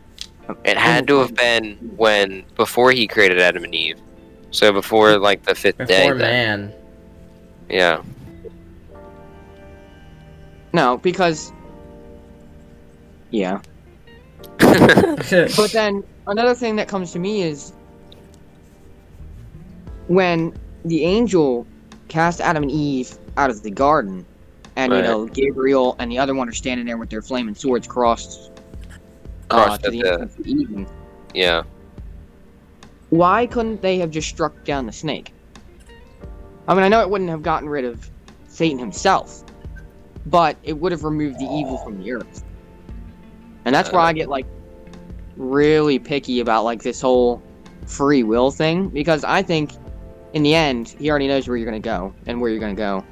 [SPEAKER 4] It had to have been when before he created Adam and Eve. So before like the fifth day.
[SPEAKER 2] Before
[SPEAKER 4] then.
[SPEAKER 2] man.
[SPEAKER 4] Yeah.
[SPEAKER 3] no because yeah But then another thing that comes to me is when the angel cast Adam and Eve out of the garden, and
[SPEAKER 4] Right.
[SPEAKER 3] you know Gabriel and the other one are standing there with their flaming swords crossed, uh,
[SPEAKER 4] Crossed
[SPEAKER 3] to
[SPEAKER 4] at
[SPEAKER 3] the
[SPEAKER 4] the-
[SPEAKER 3] entrance of Eden.
[SPEAKER 4] yeah.
[SPEAKER 3] Why couldn't they have just struck down the snake? I mean, I know it wouldn't have gotten rid of Satan himself, but it would have removed the evil from the earth. And that's where I get like really picky about like this whole free will thing because I think in the end he already knows where you're gonna go and where you're gonna go.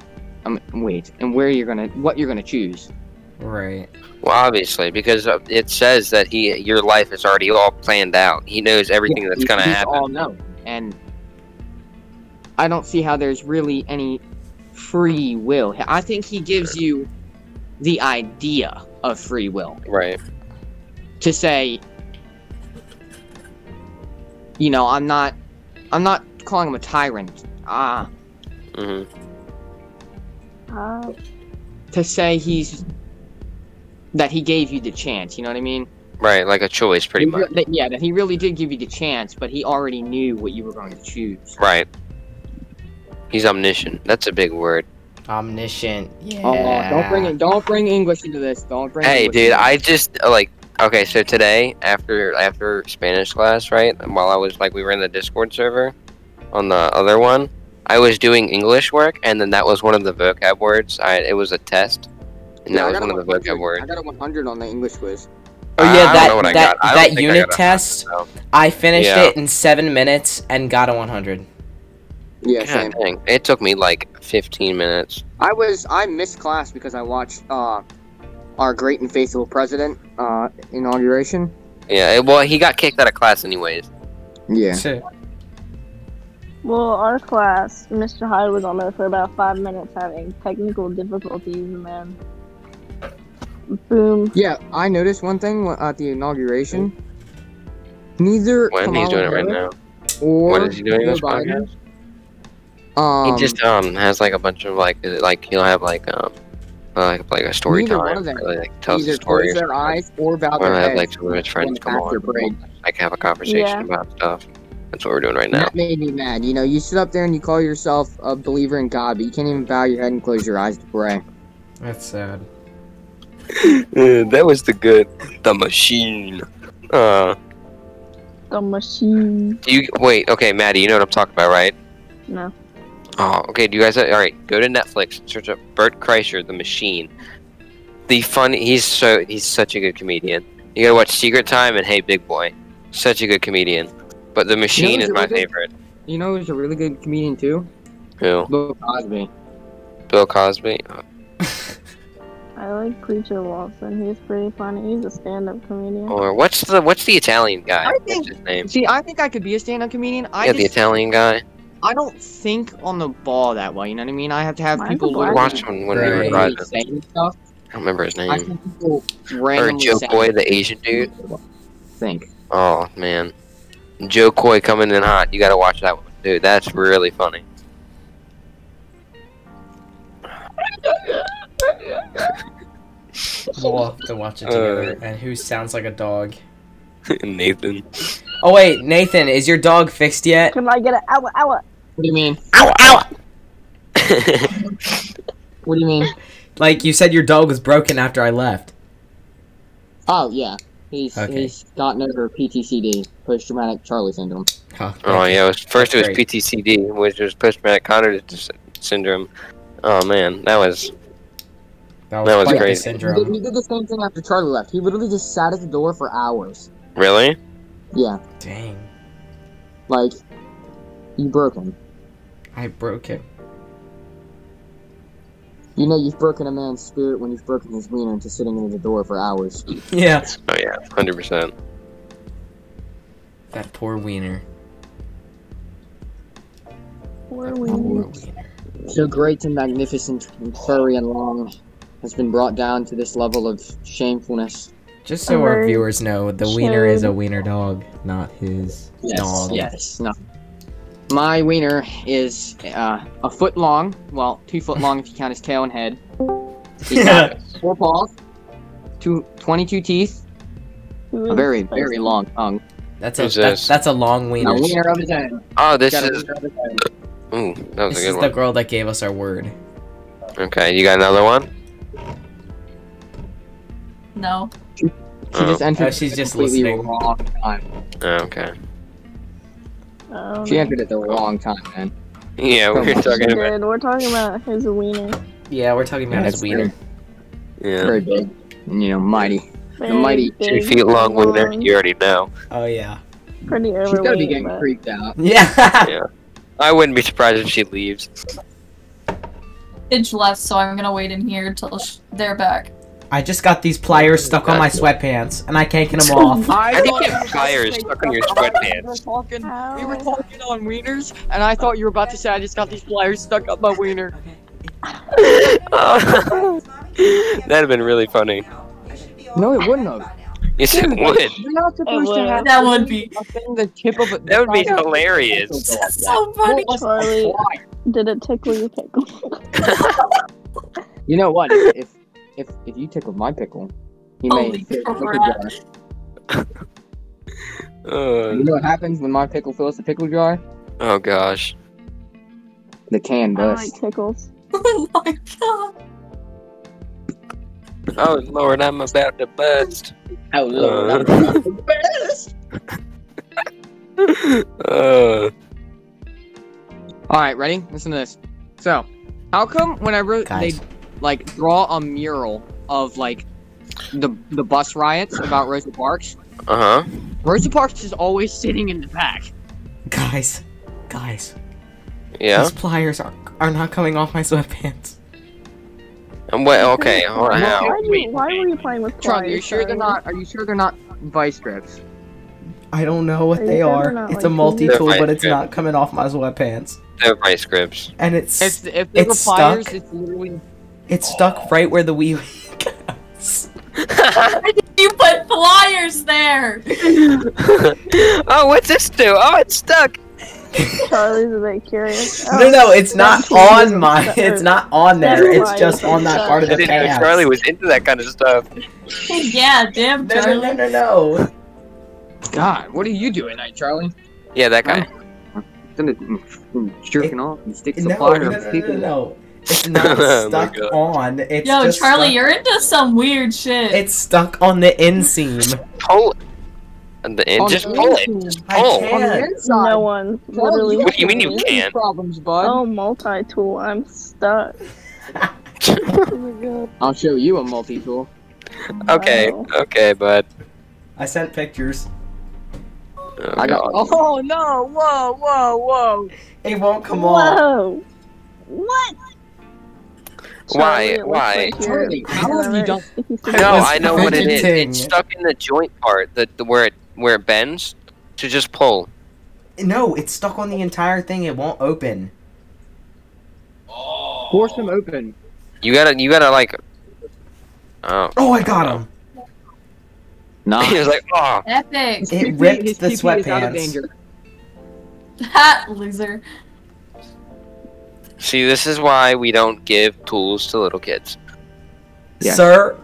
[SPEAKER 3] Um, wait, and where you're gonna what you're gonna choose.
[SPEAKER 2] Right.
[SPEAKER 4] Well, obviously, because uh, it says that he, your life is already all planned out. He knows everything that's
[SPEAKER 3] We-
[SPEAKER 4] gonna
[SPEAKER 3] we
[SPEAKER 4] happen.
[SPEAKER 3] All know, and I don't see how there's really any free will. I think he gives you the idea of free will
[SPEAKER 4] Right.
[SPEAKER 3] to say, you know, I'm not, I'm not calling him a tyrant. Ah,
[SPEAKER 4] hmm
[SPEAKER 7] Uh,
[SPEAKER 3] to say he's that he gave you the chance. You know what I mean?
[SPEAKER 4] Right. Like a choice, pretty
[SPEAKER 3] He
[SPEAKER 4] much.
[SPEAKER 3] re- that- yeah, that he really did give you the chance, but he already knew what you were going to choose.
[SPEAKER 4] Right. He's omniscient. That's a big word.
[SPEAKER 2] Omniscient. Yeah.
[SPEAKER 3] Oh, don't bring it. Don't bring English into this. Don't bring.
[SPEAKER 4] Hey,
[SPEAKER 3] English
[SPEAKER 4] dude,
[SPEAKER 3] into
[SPEAKER 4] I just uh, like okay. So today, after after Spanish class, right? While I was like, we were in the Discord server on the other one. I was doing English work, and then that was one of the vocab words. I it was a test, and
[SPEAKER 3] Yeah, I
[SPEAKER 4] that was
[SPEAKER 3] got a
[SPEAKER 4] one of the
[SPEAKER 3] 100.
[SPEAKER 4] vocab words.
[SPEAKER 3] I got a 100 on the English quiz.
[SPEAKER 6] Oh,
[SPEAKER 4] I-
[SPEAKER 6] yeah,
[SPEAKER 4] I don't
[SPEAKER 2] that-
[SPEAKER 4] know what I
[SPEAKER 2] Uh,
[SPEAKER 4] got.
[SPEAKER 2] that-
[SPEAKER 4] I
[SPEAKER 2] that
[SPEAKER 4] don't think I
[SPEAKER 2] unit
[SPEAKER 4] got a
[SPEAKER 2] test?
[SPEAKER 4] 100,
[SPEAKER 2] I finished
[SPEAKER 4] Yeah.
[SPEAKER 2] it in seven minutes and got a 100.
[SPEAKER 3] Yeah,
[SPEAKER 4] though.
[SPEAKER 3] same.
[SPEAKER 4] God dang, it took me like 15 minutes.
[SPEAKER 3] I was I missed class because I watched uh our great and faithful president uh inauguration.
[SPEAKER 4] Yeah, it, well, he got kicked out of class anyways.
[SPEAKER 3] Yeah.
[SPEAKER 7] Well, our class, Mr. Hyde was on there for about five minutes having technical difficulties, and then boom.
[SPEAKER 3] Yeah, I noticed one thing wh- at the inauguration. Neither
[SPEAKER 4] When he's doing it right now.
[SPEAKER 3] now. or
[SPEAKER 4] What is he doing in
[SPEAKER 3] Joe
[SPEAKER 4] this
[SPEAKER 3] Biden,
[SPEAKER 4] podcast?
[SPEAKER 3] Um,
[SPEAKER 4] he just um has like a bunch of like is it, like he'll have like um uh, like like a story
[SPEAKER 3] Neither
[SPEAKER 4] time.
[SPEAKER 3] one of them
[SPEAKER 4] where they, like, tells
[SPEAKER 3] either
[SPEAKER 4] the story.
[SPEAKER 3] close
[SPEAKER 4] Or
[SPEAKER 3] their
[SPEAKER 4] something.
[SPEAKER 3] eyes or bow
[SPEAKER 4] Or
[SPEAKER 3] their
[SPEAKER 4] have
[SPEAKER 3] heads.
[SPEAKER 4] like some of his friends come
[SPEAKER 3] after break.
[SPEAKER 4] on, like have a conversation
[SPEAKER 7] Yeah.
[SPEAKER 4] about stuff. That's what we're doing right now.
[SPEAKER 3] That made me mad. You know, you sit up there and you call yourself a believer in God, but you can't even bow your head and close your eyes to pray.
[SPEAKER 2] That's sad.
[SPEAKER 4] that was the good, the machine. Uh,
[SPEAKER 7] The machine.
[SPEAKER 4] do you wait? Okay, Maddie, you know what I'm talking about, right?
[SPEAKER 7] No.
[SPEAKER 4] Oh, okay. Do you guys? All right, go to Netflix. Search up Bert Kreischer, The Machine. The funny. He's so. He's such a good comedian. You gotta watch Secret Time and Hey Big Boy. Such a good comedian. But The Machine is
[SPEAKER 3] who's a
[SPEAKER 4] my
[SPEAKER 3] really good-
[SPEAKER 4] favorite.
[SPEAKER 3] You know who's a really good comedian too?
[SPEAKER 4] Who?
[SPEAKER 3] Bill Cosby.
[SPEAKER 4] Bill Cosby.
[SPEAKER 7] I like Preacher Lawson. He's pretty funny. He's a stand-up comedian.
[SPEAKER 3] Oh.
[SPEAKER 4] Or what's the what's the Italian guy?
[SPEAKER 3] I think-
[SPEAKER 4] what's his name?
[SPEAKER 3] See, I think I could be a stand-up comedian. I
[SPEAKER 4] yeah, the
[SPEAKER 3] just,
[SPEAKER 4] Italian guy.
[SPEAKER 3] I don't think on the ball that well. You know what I mean? I have to have
[SPEAKER 7] Mine's
[SPEAKER 3] people
[SPEAKER 7] a
[SPEAKER 4] We
[SPEAKER 3] literally
[SPEAKER 7] black guy.
[SPEAKER 4] watched him when we were
[SPEAKER 2] Right.
[SPEAKER 4] driving. I
[SPEAKER 3] saying stuff.
[SPEAKER 4] don't remember his
[SPEAKER 3] I
[SPEAKER 4] name.
[SPEAKER 3] think people
[SPEAKER 4] Mm. Or
[SPEAKER 3] randomly
[SPEAKER 4] Joe
[SPEAKER 3] saying-
[SPEAKER 4] Coy, the Asian dude.
[SPEAKER 3] Think.
[SPEAKER 4] Oh man, Joe Coy coming in hot. You gotta watch that one, dude. That's really funny.
[SPEAKER 2] We'll have to watch it together.
[SPEAKER 4] Uh.
[SPEAKER 2] and who sounds like a dog?
[SPEAKER 4] Nathan.
[SPEAKER 2] Oh, wait, Nathan, is your dog fixed yet?
[SPEAKER 7] Can I get an hour? Hour?
[SPEAKER 3] What do you mean?
[SPEAKER 4] Ow! Ow!
[SPEAKER 3] What do you mean?
[SPEAKER 2] Like, you said your dog was broken after I left.
[SPEAKER 3] Oh yeah, he's
[SPEAKER 2] Okay.
[SPEAKER 3] he's gotten over PTCD, post traumatic Charlie syndrome.
[SPEAKER 2] Huh.
[SPEAKER 4] oh yeah. It was, first, it was
[SPEAKER 2] Great.
[SPEAKER 4] PTCD, which was post traumatic cognitive dis- syndrome. Oh man, that was
[SPEAKER 2] that
[SPEAKER 4] that was
[SPEAKER 2] quite the
[SPEAKER 4] crazy.
[SPEAKER 3] He did, he
[SPEAKER 2] Syndrome.
[SPEAKER 3] did the same thing after Charlie left. He literally just sat at the door for hours.
[SPEAKER 4] really.
[SPEAKER 3] Yeah,
[SPEAKER 2] Dang,
[SPEAKER 3] like you broke him.
[SPEAKER 2] I broke him.
[SPEAKER 3] You know you've broken a man's spirit when you've broken his wiener into sitting near the door for hours.
[SPEAKER 2] Yeah.
[SPEAKER 4] Oh yeah, hundred percent.
[SPEAKER 2] That poor wiener.
[SPEAKER 7] Where
[SPEAKER 2] That
[SPEAKER 7] we?
[SPEAKER 2] poor wiener.
[SPEAKER 3] So great and magnificent and furry and long has been brought down to this level of shamefulness.
[SPEAKER 2] Just so our
[SPEAKER 7] Alright.
[SPEAKER 2] viewers know, the wiener is a
[SPEAKER 7] Shame.
[SPEAKER 2] wiener dog, not his dog.
[SPEAKER 3] yes, no. My wiener is uh, a foot long. Well, two foot long if you count his tail and head. He's got four paws, two, 22 teeth, a very, very long tongue,
[SPEAKER 2] That's a
[SPEAKER 4] Who's
[SPEAKER 2] that,
[SPEAKER 4] this?
[SPEAKER 2] that's a long
[SPEAKER 3] and a
[SPEAKER 2] wiener.
[SPEAKER 3] wiener of his own.
[SPEAKER 4] Oh, this
[SPEAKER 3] Got a
[SPEAKER 4] is.
[SPEAKER 3] wiener of his own.
[SPEAKER 4] Ooh, that was
[SPEAKER 2] This
[SPEAKER 4] a good
[SPEAKER 2] is the
[SPEAKER 4] one.
[SPEAKER 2] girl that gave us our word.
[SPEAKER 4] Okay, you got another one.
[SPEAKER 5] No.
[SPEAKER 3] She just
[SPEAKER 4] Oh,
[SPEAKER 3] entered.
[SPEAKER 2] Oh, she's just
[SPEAKER 3] completely
[SPEAKER 2] listening.
[SPEAKER 3] Wrong time.
[SPEAKER 4] okay.
[SPEAKER 7] Oh,
[SPEAKER 3] She entered at the wrong time, man.
[SPEAKER 4] Yeah, we were
[SPEAKER 3] Come on.
[SPEAKER 4] talking about.
[SPEAKER 7] We're talking about his wiener.
[SPEAKER 2] Yeah, we're talking about
[SPEAKER 3] That's
[SPEAKER 2] his wiener.
[SPEAKER 4] Yeah.
[SPEAKER 3] Very big, and, you know, mighty.
[SPEAKER 7] Very
[SPEAKER 3] mighty
[SPEAKER 4] Two
[SPEAKER 7] big,
[SPEAKER 4] feet long wiener. You already know.
[SPEAKER 2] Oh yeah.
[SPEAKER 7] Pretty overweight.
[SPEAKER 3] She's gotta be getting
[SPEAKER 7] but-
[SPEAKER 3] creeped out.
[SPEAKER 2] Yeah.
[SPEAKER 4] I wouldn't be surprised if she leaves.
[SPEAKER 5] Midge left, so I'm gonna wait in here until sh- they're back.
[SPEAKER 2] I just got these pliers stuck on my sweatpants, and I can't get them off.
[SPEAKER 4] I think you have pliers stuck on your sweatpants.
[SPEAKER 3] talking.
[SPEAKER 7] Ow.
[SPEAKER 3] We were talking on wieners, and I thought you were about to say I just got these pliers stuck up my wiener.
[SPEAKER 4] That'd have been really funny.
[SPEAKER 3] No, it wouldn't have.
[SPEAKER 4] Yes, it would.
[SPEAKER 3] You're not supposed to
[SPEAKER 7] would.
[SPEAKER 3] have
[SPEAKER 5] That would be
[SPEAKER 3] a thing the tip of it.
[SPEAKER 4] That would be hilarious.
[SPEAKER 5] so funny.
[SPEAKER 7] Charlie, did it tickle your pickle?
[SPEAKER 3] You know what? If if if, if you tickle my pickle, you may.
[SPEAKER 5] Holy
[SPEAKER 3] feel the pickle
[SPEAKER 5] crap.
[SPEAKER 3] jar. You
[SPEAKER 4] Uh,
[SPEAKER 3] know what happens when my pickle fills the pickle jar?
[SPEAKER 4] oh gosh.
[SPEAKER 3] The can
[SPEAKER 7] I
[SPEAKER 3] bursts.
[SPEAKER 7] Oh, like tickles.
[SPEAKER 5] oh my god.
[SPEAKER 4] Oh Lord, I'm about to bust.
[SPEAKER 1] Oh, Lord.
[SPEAKER 4] Uh. uh,
[SPEAKER 3] All right, ready? Listen to this. So, how come whenever
[SPEAKER 6] Guys.
[SPEAKER 3] they like draw a mural of like the the bus riots about Rosa Parks,
[SPEAKER 4] huh.
[SPEAKER 3] Rosa Parks is always sitting in the back?
[SPEAKER 6] Guys, guys,
[SPEAKER 4] Yeah.
[SPEAKER 6] these pliers are are not coming off my sweatpants.
[SPEAKER 4] I'm wait. Um, Okay. Hold on.
[SPEAKER 7] Why,
[SPEAKER 4] now.
[SPEAKER 7] why, do you- why were you playing with
[SPEAKER 3] Sean, are you
[SPEAKER 7] pliers,
[SPEAKER 3] sure they're
[SPEAKER 7] Sean?
[SPEAKER 3] not? Are you sure they're not vice grips?
[SPEAKER 6] I don't know what
[SPEAKER 7] Are you
[SPEAKER 6] they
[SPEAKER 7] sure
[SPEAKER 6] are.
[SPEAKER 7] they're not,
[SPEAKER 6] It's
[SPEAKER 7] like,
[SPEAKER 6] a multi tool,
[SPEAKER 4] They're
[SPEAKER 6] but it's
[SPEAKER 4] fine.
[SPEAKER 6] not coming off my sweatpants.
[SPEAKER 4] They're my scripts.
[SPEAKER 6] And it's
[SPEAKER 3] If
[SPEAKER 6] it's,
[SPEAKER 3] if they were
[SPEAKER 6] it's
[SPEAKER 3] pliers,
[SPEAKER 6] stuck.
[SPEAKER 3] it's literally
[SPEAKER 6] stuck right where the wee goes.
[SPEAKER 5] You put flyers there.
[SPEAKER 4] oh, what's this do? Oh, it's stuck.
[SPEAKER 7] Charlie's a bit curious. Oh,
[SPEAKER 6] No, no, it's not on my.
[SPEAKER 7] That-
[SPEAKER 6] It's not on there.
[SPEAKER 7] That's
[SPEAKER 6] It's
[SPEAKER 7] why
[SPEAKER 6] just
[SPEAKER 7] you
[SPEAKER 6] on that
[SPEAKER 7] suck.
[SPEAKER 6] part
[SPEAKER 4] I
[SPEAKER 6] of the
[SPEAKER 4] didn't know Charlie
[SPEAKER 6] pants.
[SPEAKER 4] was into that kind of stuff.
[SPEAKER 5] yeah, damn
[SPEAKER 6] No, no, no,
[SPEAKER 5] Charlie.
[SPEAKER 6] no, no.
[SPEAKER 3] God. What are you doing tonight, Charlie?
[SPEAKER 4] Yeah, that guy.
[SPEAKER 3] Then it- mm, jerking
[SPEAKER 6] It-
[SPEAKER 3] off and stick the
[SPEAKER 6] No, no,
[SPEAKER 3] plier
[SPEAKER 6] no,
[SPEAKER 3] up his
[SPEAKER 6] no,
[SPEAKER 3] people.
[SPEAKER 6] no, no. It's
[SPEAKER 4] Oh
[SPEAKER 6] not
[SPEAKER 4] my
[SPEAKER 6] stuck
[SPEAKER 4] God.
[SPEAKER 6] on. It's
[SPEAKER 5] Yo,
[SPEAKER 6] just
[SPEAKER 5] Charlie,
[SPEAKER 6] stuck-
[SPEAKER 5] you're into some weird shit.
[SPEAKER 6] It's stuck on the inseam.
[SPEAKER 4] Pull. And the
[SPEAKER 3] On
[SPEAKER 4] end. Just
[SPEAKER 3] the
[SPEAKER 4] pull it.
[SPEAKER 6] I
[SPEAKER 4] Oh.
[SPEAKER 3] On the
[SPEAKER 6] can't.
[SPEAKER 3] inside.
[SPEAKER 7] No one
[SPEAKER 3] Charlie,
[SPEAKER 7] literally.
[SPEAKER 3] got
[SPEAKER 4] What do you mean you
[SPEAKER 3] some
[SPEAKER 7] has-
[SPEAKER 4] can't?
[SPEAKER 3] serious Problems, bud.
[SPEAKER 7] Oh, multi-tool. I'm stuck. Oh my god.
[SPEAKER 3] I'll show you a multi-tool.
[SPEAKER 4] Okay.
[SPEAKER 7] Wow.
[SPEAKER 4] Okay, bud.
[SPEAKER 6] I sent pictures.
[SPEAKER 4] Oh,
[SPEAKER 3] I got.
[SPEAKER 4] God.
[SPEAKER 3] Oh no! Whoa! Whoa! Whoa!
[SPEAKER 6] It won't come on.
[SPEAKER 7] Whoa. What?
[SPEAKER 4] Why?
[SPEAKER 7] Charlie, it looks
[SPEAKER 4] Why?
[SPEAKER 7] like you're-
[SPEAKER 3] Charlie, how have you done-
[SPEAKER 7] Sticky, sticky.
[SPEAKER 4] No,
[SPEAKER 6] was
[SPEAKER 4] I know what it is.
[SPEAKER 6] fidgeting.
[SPEAKER 4] It's stuck in the joint part, the, the where it where it bends. So just pull.
[SPEAKER 6] No, it's stuck on the entire thing. It won't open.
[SPEAKER 8] uh,
[SPEAKER 3] Force them open.
[SPEAKER 4] You gotta you gotta like. Oh.
[SPEAKER 6] Oh, I got him.
[SPEAKER 3] Nah.
[SPEAKER 4] he was like, oh.
[SPEAKER 5] Epic.
[SPEAKER 6] It
[SPEAKER 3] PP
[SPEAKER 6] ripped
[SPEAKER 3] his
[SPEAKER 6] the
[SPEAKER 3] PP is out of
[SPEAKER 6] sweatpants.
[SPEAKER 3] danger.
[SPEAKER 5] Ha, loser.
[SPEAKER 4] See, this is why we don't give tools to little kids,
[SPEAKER 3] Yeah.
[SPEAKER 6] Sir,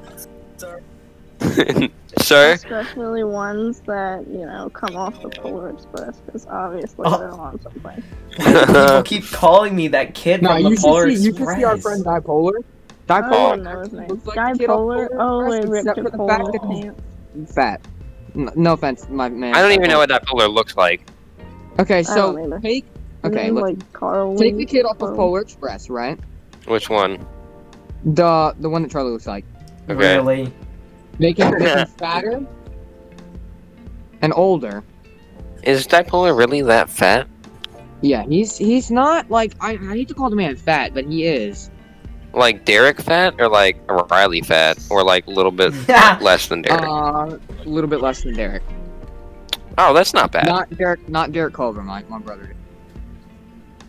[SPEAKER 4] sir.
[SPEAKER 7] Especially ones that, you know, come off the Polar Express, because obviously
[SPEAKER 6] Oh.
[SPEAKER 7] they're on something.
[SPEAKER 6] people keep calling me that kid
[SPEAKER 3] Nah,
[SPEAKER 6] from the
[SPEAKER 3] you
[SPEAKER 6] Polar
[SPEAKER 3] should see. You should
[SPEAKER 6] Express.
[SPEAKER 3] see our friend Dipolar.
[SPEAKER 7] I don't
[SPEAKER 3] Dipolar.
[SPEAKER 7] know his name.
[SPEAKER 3] Looks like a kid off Polar
[SPEAKER 7] Dipolar? Oh,
[SPEAKER 3] Express,
[SPEAKER 7] it ripped
[SPEAKER 3] except
[SPEAKER 7] your
[SPEAKER 3] for the fact
[SPEAKER 7] Polar
[SPEAKER 3] that he's
[SPEAKER 7] pants.
[SPEAKER 3] fat. N- No offense, my man.
[SPEAKER 4] Oh. I don't e- even know what that pillar looks like.
[SPEAKER 3] Okay,
[SPEAKER 7] I
[SPEAKER 3] so
[SPEAKER 7] don't either.
[SPEAKER 3] take.
[SPEAKER 7] His
[SPEAKER 3] Okay,
[SPEAKER 7] name's,
[SPEAKER 3] look.
[SPEAKER 7] like Carl.
[SPEAKER 3] Take the kid off of
[SPEAKER 7] Oh.
[SPEAKER 3] Polar Express, right?
[SPEAKER 4] Which one?
[SPEAKER 3] The the one that Charlie looks like.
[SPEAKER 4] Okay.
[SPEAKER 6] Really?
[SPEAKER 3] Make him, make him fatter and older.
[SPEAKER 4] Is Dipolar really that fat?
[SPEAKER 3] Yeah, he's he's not like I, I hate to call the man fat, but he is.
[SPEAKER 4] Like Derek fat, or like Riley fat, or like a little bit less than Derek?
[SPEAKER 3] Uh, a little bit less than Derek.
[SPEAKER 4] oh, that's not bad.
[SPEAKER 3] Not Derek, not Derek Culver, my my brother.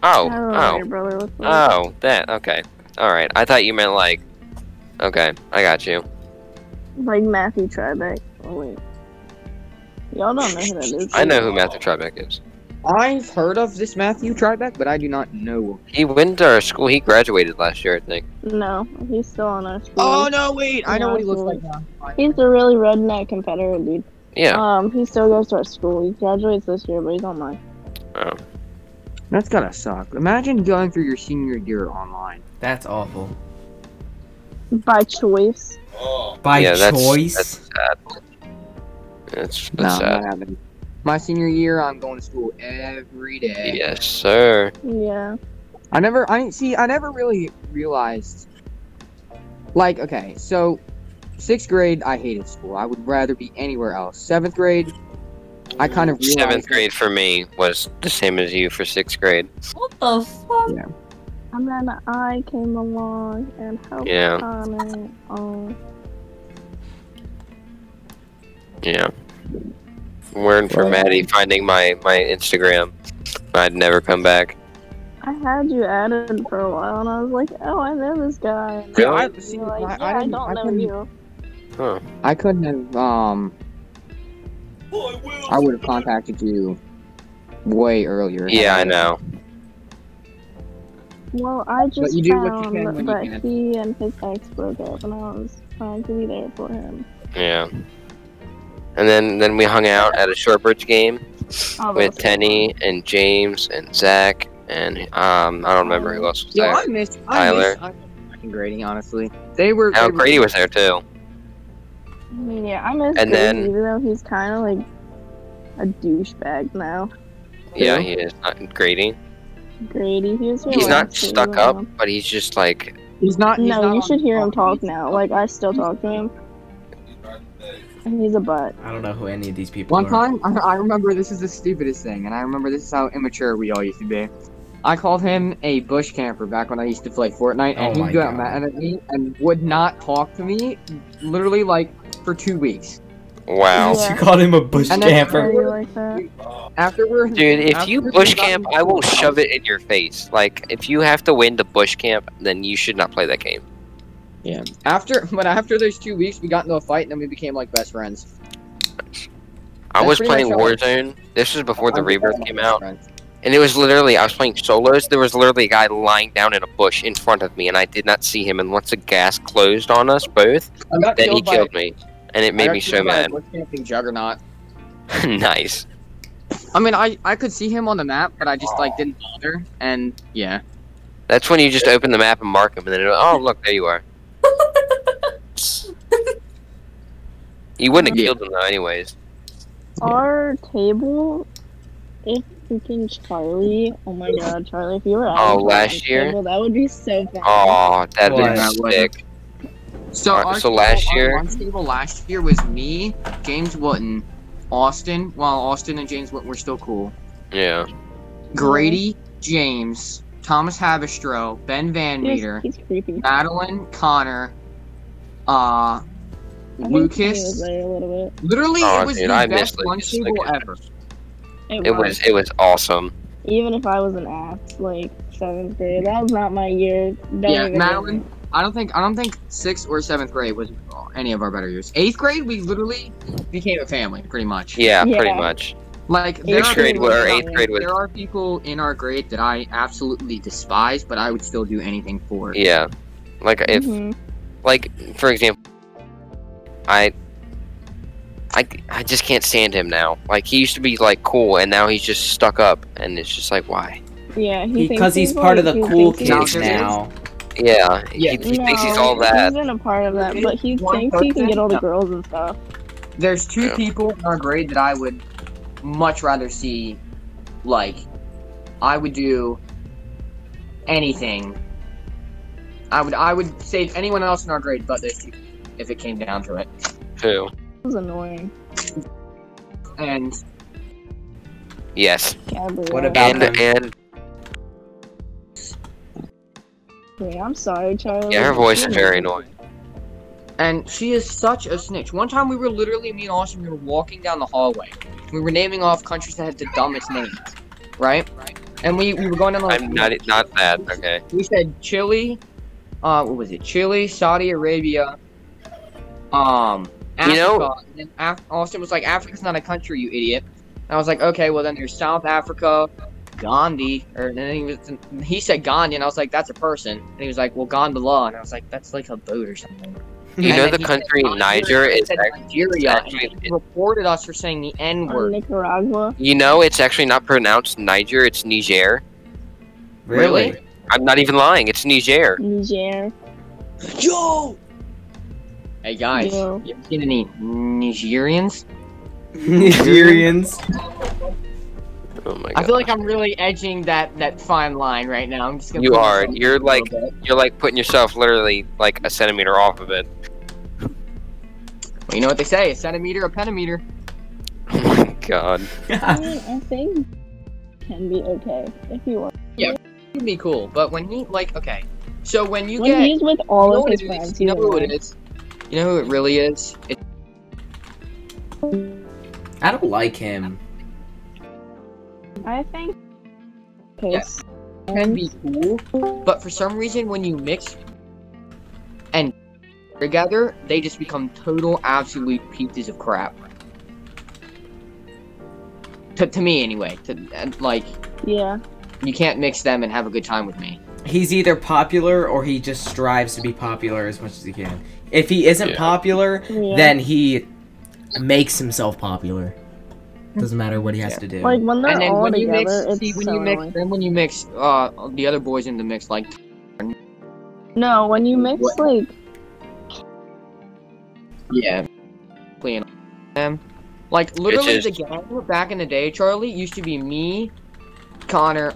[SPEAKER 7] I
[SPEAKER 4] oh,
[SPEAKER 7] don't know what
[SPEAKER 4] oh,
[SPEAKER 7] your brother looks like.
[SPEAKER 4] oh, that. Okay, all right. I thought you meant like. Okay, I got you.
[SPEAKER 7] Like Matthew Tribeck. Oh, wait. Y'all don't know who that is.
[SPEAKER 4] I know who Matthew Tribeck is.
[SPEAKER 3] I've heard of this Matthew Tribeck, but I do not know. him.
[SPEAKER 4] He went to our school. He graduated last year, I think.
[SPEAKER 7] No, he's still on our school.
[SPEAKER 3] Oh no, wait! I know what he looks like
[SPEAKER 7] Matthew.
[SPEAKER 3] now.
[SPEAKER 7] He's a really redneck Confederate dude.
[SPEAKER 4] Yeah.
[SPEAKER 7] Um, he still goes to our school. He graduates this year, but he's online.
[SPEAKER 3] That's gotta suck. Imagine going through your senior year online.
[SPEAKER 6] That's awful.
[SPEAKER 7] By choice.
[SPEAKER 8] uh.
[SPEAKER 6] By
[SPEAKER 4] yeah, that's,
[SPEAKER 6] choice.
[SPEAKER 4] That's sad. That's, that's
[SPEAKER 3] No, I'm
[SPEAKER 4] sad.
[SPEAKER 3] not having. My senior year, I'm going to school every day.
[SPEAKER 4] Yes, sir.
[SPEAKER 7] Yeah.
[SPEAKER 3] I never, I didn't see, I never really realized. Like, okay, so sixth grade, I hated school. I would rather be anywhere else. Seventh grade, I kind of realized.
[SPEAKER 4] Seventh grade for me was the same as you for sixth grade.
[SPEAKER 5] What the fuck?
[SPEAKER 7] And then I came along and helped
[SPEAKER 4] Yeah.
[SPEAKER 7] on it. Oh,
[SPEAKER 4] Yeah. Word for Maddie finding my my Instagram. I'd never come back.
[SPEAKER 7] I had you added for a while, and I was like, oh, I know this guy. And
[SPEAKER 4] Really?
[SPEAKER 7] I,
[SPEAKER 3] See,
[SPEAKER 7] you're like,
[SPEAKER 3] I- I
[SPEAKER 7] yeah, I,
[SPEAKER 3] didn't-
[SPEAKER 7] don't
[SPEAKER 3] I
[SPEAKER 7] know
[SPEAKER 3] couldn't-
[SPEAKER 7] you.
[SPEAKER 4] Huh.
[SPEAKER 3] I couldn't have, um. I would have contacted you way earlier.
[SPEAKER 4] Yeah, I know.
[SPEAKER 7] Well, I just
[SPEAKER 3] you do what you
[SPEAKER 7] found
[SPEAKER 3] can when you
[SPEAKER 7] that
[SPEAKER 3] can.
[SPEAKER 7] he and his ex broke up, and I was trying to be there for him.
[SPEAKER 4] Yeah. And then then we hung out at a Shorebridge game with Tenny and James and Zach and um, I don't remember who else was
[SPEAKER 3] Yo,
[SPEAKER 4] there.
[SPEAKER 3] I missed I
[SPEAKER 4] Tyler.
[SPEAKER 3] Missed, I fucking Grady, honestly. They were.
[SPEAKER 4] Now
[SPEAKER 3] they were-
[SPEAKER 4] Grady was there too.
[SPEAKER 7] I mean, yeah, I miss
[SPEAKER 4] And
[SPEAKER 7] and
[SPEAKER 4] then-
[SPEAKER 7] even though he's kind of like a douchebag now.
[SPEAKER 4] Yeah, he is not Grady.
[SPEAKER 7] Grady, he was.
[SPEAKER 4] He's not
[SPEAKER 7] relaxed, he
[SPEAKER 4] stuck
[SPEAKER 7] was
[SPEAKER 4] up,
[SPEAKER 7] on-
[SPEAKER 4] but he's just like
[SPEAKER 3] He's not. He's
[SPEAKER 7] No,
[SPEAKER 3] not
[SPEAKER 7] you
[SPEAKER 3] on
[SPEAKER 7] should
[SPEAKER 3] the
[SPEAKER 7] hear him
[SPEAKER 3] phone.
[SPEAKER 7] talk now. Like I still talk to him. And He's a butt.
[SPEAKER 2] I don't know who any of these people
[SPEAKER 3] One
[SPEAKER 2] are.
[SPEAKER 3] time, I, I remember this is the stupidest thing, and I remember this is how immature we all used to be. I called him a bush camper back when I used to play Fortnite, and
[SPEAKER 2] Oh
[SPEAKER 3] he
[SPEAKER 2] my
[SPEAKER 3] got
[SPEAKER 2] God.
[SPEAKER 3] mad at me and would not talk to me, literally like for two weeks.
[SPEAKER 4] wow.
[SPEAKER 7] Yeah.
[SPEAKER 6] You called him a bush
[SPEAKER 3] And then-
[SPEAKER 7] Why
[SPEAKER 6] camper.
[SPEAKER 7] are you like that?
[SPEAKER 3] After we're
[SPEAKER 4] Dude, if
[SPEAKER 3] after
[SPEAKER 4] you
[SPEAKER 3] we
[SPEAKER 4] bush
[SPEAKER 3] got-
[SPEAKER 4] camp, I will shove it in your face. Like, if you have to win the bush camp, then you should not play that game.
[SPEAKER 3] After, but after those two weeks, we got into a fight, and then we became like best friends.
[SPEAKER 4] I
[SPEAKER 3] That's
[SPEAKER 4] was
[SPEAKER 3] pretty
[SPEAKER 4] playing
[SPEAKER 3] much how it-
[SPEAKER 4] Warzone. This was before the
[SPEAKER 3] I'm-
[SPEAKER 4] rebirth
[SPEAKER 3] I'm
[SPEAKER 4] came
[SPEAKER 3] best
[SPEAKER 4] out,
[SPEAKER 3] friends.
[SPEAKER 4] and it was literally I was playing solos. There was literally a guy lying down in a bush in front of me, and I did not see him. And once the gas closed on us both,
[SPEAKER 3] I got
[SPEAKER 4] then he
[SPEAKER 3] killed by-
[SPEAKER 4] killed me, and it
[SPEAKER 3] I
[SPEAKER 4] made
[SPEAKER 3] got
[SPEAKER 4] me
[SPEAKER 3] killed
[SPEAKER 4] so
[SPEAKER 3] by a
[SPEAKER 4] mad.
[SPEAKER 3] bush camping Juggernaut.
[SPEAKER 4] nice.
[SPEAKER 3] I mean, I I could see him on the map, but I just like didn't bother, and yeah.
[SPEAKER 4] That's when you just open the map and mark him, and then it'll, oh look, there you are. You wouldn't have
[SPEAKER 3] Yeah.
[SPEAKER 4] killed him though, anyways.
[SPEAKER 7] Our table, if freaking Charlie, oh my god, Charlie, if you were at
[SPEAKER 4] Oh,
[SPEAKER 7] our
[SPEAKER 4] last year?
[SPEAKER 7] table, that would be so fun.
[SPEAKER 4] Oh, that'd
[SPEAKER 2] Well,
[SPEAKER 4] been
[SPEAKER 2] yeah,
[SPEAKER 3] I
[SPEAKER 4] sick.
[SPEAKER 3] So,
[SPEAKER 4] Alright,
[SPEAKER 3] our
[SPEAKER 4] so
[SPEAKER 3] table-
[SPEAKER 4] last
[SPEAKER 3] our
[SPEAKER 4] year-
[SPEAKER 3] lunch table last year was me, James Wooten, Austin. Well, Austin and James Wooten were still cool.
[SPEAKER 4] Yeah.
[SPEAKER 3] Grady, James, Thomas Havistrow, Ben Van
[SPEAKER 7] He's-
[SPEAKER 3] Meter,
[SPEAKER 7] He's creepy.
[SPEAKER 3] Madeline, Connor, uh,
[SPEAKER 7] I think Kenny was
[SPEAKER 3] Lucas.
[SPEAKER 7] there a little bit.
[SPEAKER 3] Literally,
[SPEAKER 4] Oh,
[SPEAKER 3] it was
[SPEAKER 4] dude,
[SPEAKER 3] the
[SPEAKER 4] I
[SPEAKER 3] best
[SPEAKER 4] miss
[SPEAKER 3] lunch
[SPEAKER 4] Lucas.
[SPEAKER 3] table
[SPEAKER 4] Lucas.
[SPEAKER 3] ever.
[SPEAKER 4] It was it was awesome.
[SPEAKER 7] Even if I was an ass, like seventh grade, that was not my year. Don't
[SPEAKER 3] Yeah,
[SPEAKER 7] even
[SPEAKER 3] Madeline- I don't think I don't think sixth or seventh grade was any of our better years. Eighth grade, we literally became a family, pretty much.
[SPEAKER 4] Yeah, pretty
[SPEAKER 7] Yeah.
[SPEAKER 4] much.
[SPEAKER 3] Like there
[SPEAKER 4] Sixth
[SPEAKER 3] are,
[SPEAKER 7] Eighth
[SPEAKER 4] grade
[SPEAKER 7] grade
[SPEAKER 4] or
[SPEAKER 7] was
[SPEAKER 4] eighth
[SPEAKER 7] fine.
[SPEAKER 4] grade was
[SPEAKER 3] there are people in our grade that I absolutely despise, but I would still do anything for.
[SPEAKER 4] yeah. Like if
[SPEAKER 7] Mhm.
[SPEAKER 4] like for example, I. I, I just can't stand him now. Like he used to be like cool, and now he's just stuck up, and it's just like why?
[SPEAKER 7] Yeah, he thinks
[SPEAKER 6] Because he's
[SPEAKER 7] he's
[SPEAKER 6] part of
[SPEAKER 7] like-
[SPEAKER 6] the
[SPEAKER 7] he
[SPEAKER 6] cool
[SPEAKER 7] thinks he's
[SPEAKER 2] kids
[SPEAKER 3] No,
[SPEAKER 7] like-
[SPEAKER 3] there is-
[SPEAKER 2] now.
[SPEAKER 4] Yeah,
[SPEAKER 3] Yeah.
[SPEAKER 4] He, he thinks he's all
[SPEAKER 7] No,
[SPEAKER 4] that.
[SPEAKER 7] He's been a part of that, but he
[SPEAKER 3] One
[SPEAKER 7] thinks he can get all the
[SPEAKER 3] person?
[SPEAKER 7] girls and stuff.
[SPEAKER 3] There's two
[SPEAKER 4] Yeah.
[SPEAKER 3] people in our grade that I would much rather see. Like, I would do anything. I would I would save anyone else in our grade but those two, if it came down to it.
[SPEAKER 4] Who?
[SPEAKER 7] It was annoying.
[SPEAKER 3] And
[SPEAKER 4] Yes,
[SPEAKER 7] Gabrielle.
[SPEAKER 6] What about-
[SPEAKER 4] and and
[SPEAKER 7] Yeah, I'm sorry, Charlie.
[SPEAKER 4] yeah, her voice is very annoying.
[SPEAKER 3] And she is such a snitch. One time we were literally me and Austin, we were walking down the hallway. We were naming off countries that had the dumbest names, right? And we, we were going down the
[SPEAKER 4] I'm not not that okay.
[SPEAKER 3] We said Chile, uh, what was it? Chile, Saudi Arabia, um, Africa.
[SPEAKER 4] You know-
[SPEAKER 3] and then Af- Austin was like, "Africa's not a country, you idiot." And I was like, "Okay, well then there's South Africa, Gandhi." Or then he was he said Gandhi, and I was like, "That's a person." And he was like, "Well, Gondola," and I was like, "That's like a boat or something."
[SPEAKER 4] You
[SPEAKER 3] And
[SPEAKER 4] know
[SPEAKER 3] then
[SPEAKER 4] the
[SPEAKER 3] he
[SPEAKER 4] country
[SPEAKER 3] said
[SPEAKER 4] Niger
[SPEAKER 3] He
[SPEAKER 4] is
[SPEAKER 3] said
[SPEAKER 4] ac-
[SPEAKER 3] Nigeria
[SPEAKER 4] actually-
[SPEAKER 3] and he reported us for saying the N
[SPEAKER 7] Or
[SPEAKER 3] word.
[SPEAKER 7] Nicaragua.
[SPEAKER 4] you know it's actually not pronounced Niger, it's Niger.
[SPEAKER 2] Really?
[SPEAKER 3] Really?
[SPEAKER 4] I'm not even lying, it's Niger.
[SPEAKER 7] Niger.
[SPEAKER 3] Yo. Hey guys,
[SPEAKER 7] Yo.
[SPEAKER 3] you seen any Nigerians?
[SPEAKER 6] Nigerians.
[SPEAKER 4] Oh my god.
[SPEAKER 3] I feel like I'm really edging that that fine line right now. I'm just gonna.
[SPEAKER 4] You
[SPEAKER 3] put
[SPEAKER 4] are.
[SPEAKER 3] myself
[SPEAKER 4] You're
[SPEAKER 3] a little
[SPEAKER 4] like-
[SPEAKER 3] bit.
[SPEAKER 4] You're like putting yourself literally like a centimeter off of it.
[SPEAKER 3] Well, you know what they say: a centimeter, a pentameter.
[SPEAKER 4] Oh my god.
[SPEAKER 7] I mean, I think can be okay if you want.
[SPEAKER 3] It'd be cool, but when he like, okay, so when you
[SPEAKER 7] When
[SPEAKER 3] get,
[SPEAKER 7] he's with
[SPEAKER 3] you
[SPEAKER 7] all
[SPEAKER 3] know
[SPEAKER 7] of
[SPEAKER 3] what
[SPEAKER 7] his
[SPEAKER 3] it is?
[SPEAKER 7] friends,
[SPEAKER 3] You
[SPEAKER 7] he's
[SPEAKER 3] know who it
[SPEAKER 7] annoying.
[SPEAKER 3] is. You know who it really is. It's
[SPEAKER 2] I don't like him.
[SPEAKER 7] I think.
[SPEAKER 3] Yes.
[SPEAKER 7] His
[SPEAKER 3] can be cool, but for some reason, when you mix and together, they just become total, absolute pieces of crap. To, to me, anyway. To and, like,
[SPEAKER 7] Yeah.
[SPEAKER 3] you can't mix them and have a good time with me.
[SPEAKER 2] He's either popular or he just strives to be popular as much as he can. If he isn't
[SPEAKER 4] Yeah.
[SPEAKER 2] popular,
[SPEAKER 7] yeah.
[SPEAKER 2] then he makes himself popular. Doesn't matter what he has
[SPEAKER 3] Yeah.
[SPEAKER 2] to do.
[SPEAKER 7] Like when they're
[SPEAKER 3] and then
[SPEAKER 7] all
[SPEAKER 3] when you
[SPEAKER 7] together,
[SPEAKER 3] mix,
[SPEAKER 7] it's
[SPEAKER 3] see, when
[SPEAKER 7] so
[SPEAKER 3] you mix,
[SPEAKER 7] annoying.
[SPEAKER 3] then when you mix uh the other boys in the mix, like
[SPEAKER 7] No, when you mix
[SPEAKER 3] What?
[SPEAKER 7] like
[SPEAKER 3] yeah, playing them, like literally
[SPEAKER 4] is-
[SPEAKER 3] the gang back in the day, Charlie used to be me, Connor.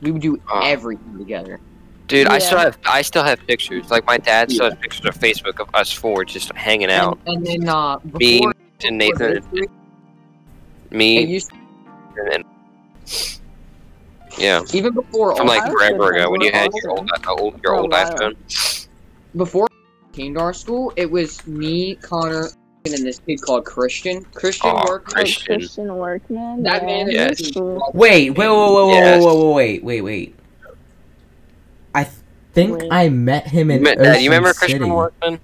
[SPEAKER 3] We would do
[SPEAKER 4] Uh.
[SPEAKER 3] everything together.
[SPEAKER 4] Dude, I still
[SPEAKER 7] Yeah.
[SPEAKER 4] have I still have pictures. Like my dad still has pictures of Facebook of us four just hanging
[SPEAKER 3] And,
[SPEAKER 4] out.
[SPEAKER 3] and then uh, before
[SPEAKER 4] Me and Nathan,
[SPEAKER 3] before this,
[SPEAKER 4] me
[SPEAKER 3] it used to-
[SPEAKER 4] and, and yeah,
[SPEAKER 3] even before
[SPEAKER 4] from
[SPEAKER 3] all-
[SPEAKER 4] like
[SPEAKER 7] I was
[SPEAKER 4] forever
[SPEAKER 7] thinking
[SPEAKER 4] ago when you had
[SPEAKER 7] we're
[SPEAKER 4] your old, uh, old
[SPEAKER 7] For
[SPEAKER 3] Oh,
[SPEAKER 4] your
[SPEAKER 7] a
[SPEAKER 4] old
[SPEAKER 7] while.
[SPEAKER 4] iPhone.
[SPEAKER 3] before came to our school, it was me, Connor, and then this kid called Christian. Christian
[SPEAKER 4] Aw,
[SPEAKER 3] worked.
[SPEAKER 7] like,
[SPEAKER 4] Christian.
[SPEAKER 7] Christian workman.
[SPEAKER 3] That man
[SPEAKER 7] yeah,
[SPEAKER 4] is-
[SPEAKER 7] he's cool.
[SPEAKER 2] Wait, wait, wait, wait,
[SPEAKER 4] Yes.
[SPEAKER 2] wait, wait, wait, wait, wait. I th- think
[SPEAKER 7] Wait.
[SPEAKER 2] I met him
[SPEAKER 4] You,
[SPEAKER 2] in.
[SPEAKER 4] me-
[SPEAKER 2] Ocean
[SPEAKER 4] uh, you remember
[SPEAKER 2] City.
[SPEAKER 4] Christian Workman?